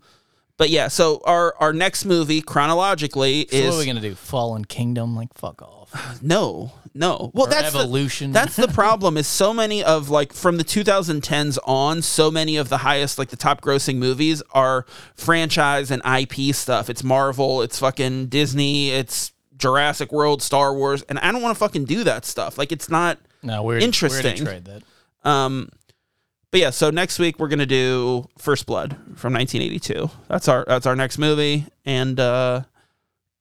Speaker 1: but yeah, so our our next movie chronologically
Speaker 2: So
Speaker 1: is
Speaker 2: what are we gonna do? Fallen Kingdom? Like fuck off.
Speaker 1: no, no. Well,
Speaker 2: Or
Speaker 1: that's the-
Speaker 2: evolution.
Speaker 1: that's the problem. Is so many of like from the 2010s on, so many of the highest like the top grossing movies are franchise and IP stuff. It's Marvel. It's fucking Disney. It's Jurassic World, Star Wars, and I don't want to fucking do that stuff. Like it's not.
Speaker 2: no, we're
Speaker 1: Interesting.
Speaker 2: We're trade that.
Speaker 1: Um, but yeah, so next week we're gonna do First Blood from 1982. That's our that's our next movie, and uh,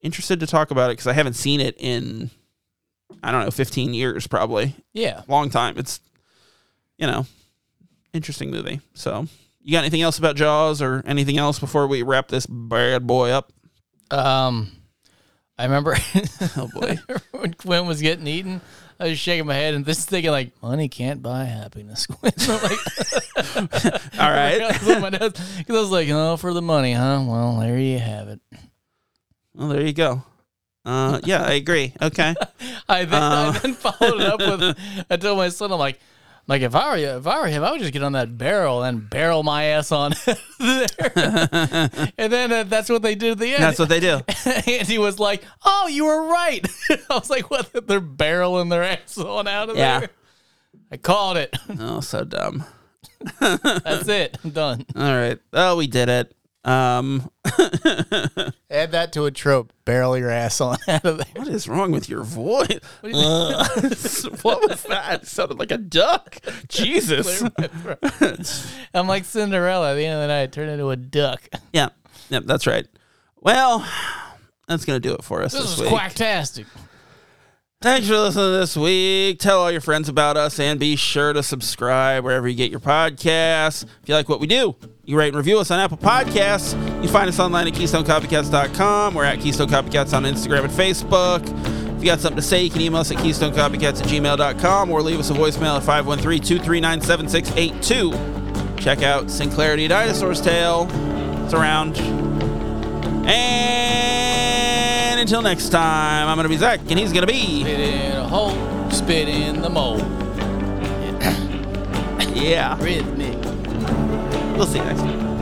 Speaker 1: interested to talk about it because I haven't seen it in I don't know 15 years probably,
Speaker 2: Yeah.
Speaker 1: long time. It's you know interesting movie. So you got anything else about Jaws or anything else before we wrap this bad boy up?
Speaker 2: Um, I remember
Speaker 1: Oh boy,
Speaker 2: when Quinn was getting eaten. I was shaking my head and just thinking like, money can't buy happiness, Quinn. I'm like,
Speaker 1: all right.
Speaker 2: because I was like, oh, for the money, huh? Well, there you have it.
Speaker 1: Well, there you go. Uh, yeah, I agree. Okay.
Speaker 2: I then,
Speaker 1: Uh.
Speaker 2: I then followed it up with, I told my son, I'm like, like if I were you, if I were him, I would just get on that barrel and barrel my ass on there. and then uh, that's what they did at the end.
Speaker 1: That's what they do.
Speaker 2: Andy was like, "Oh, you were right." I was like, "What? They're barreling their ass on out of
Speaker 1: Yeah.
Speaker 2: there." I called it.
Speaker 1: Oh, so dumb.
Speaker 2: That's it. I'm done.
Speaker 1: All right. Oh, we did it. Um,
Speaker 4: Add that to a trope. Barrel your ass on out of there.
Speaker 1: what is wrong with your voice? Uh, what was that? It sounded like a duck. Jesus.
Speaker 2: I'm like Cinderella. At the end of the night, I turned into a duck.
Speaker 1: yeah. Yep. That's right. Well, that's gonna do it for us this,
Speaker 2: This was
Speaker 1: week.
Speaker 2: quacktastic.
Speaker 1: Thanks for listening this week. Tell all your friends about us and be sure to subscribe wherever you get your podcasts. If you like what we do, you rate and review us on Apple Podcasts. You can find us online at KeystoneCopycats.com. We're at Keystone Copycats on Instagram and Facebook. If you got something to say, you can email us at KeystoneCopycats at gmail.com or leave us a voicemail at 513 239 7682. Check out Sinclarity Dinosaur's Tale. It's around. And until next time, I'm going to be Zach and he's going to be.
Speaker 2: Spit in a hole. Spit in the mold.
Speaker 1: Yeah.
Speaker 2: Rhythmic.
Speaker 1: We'll see you next time.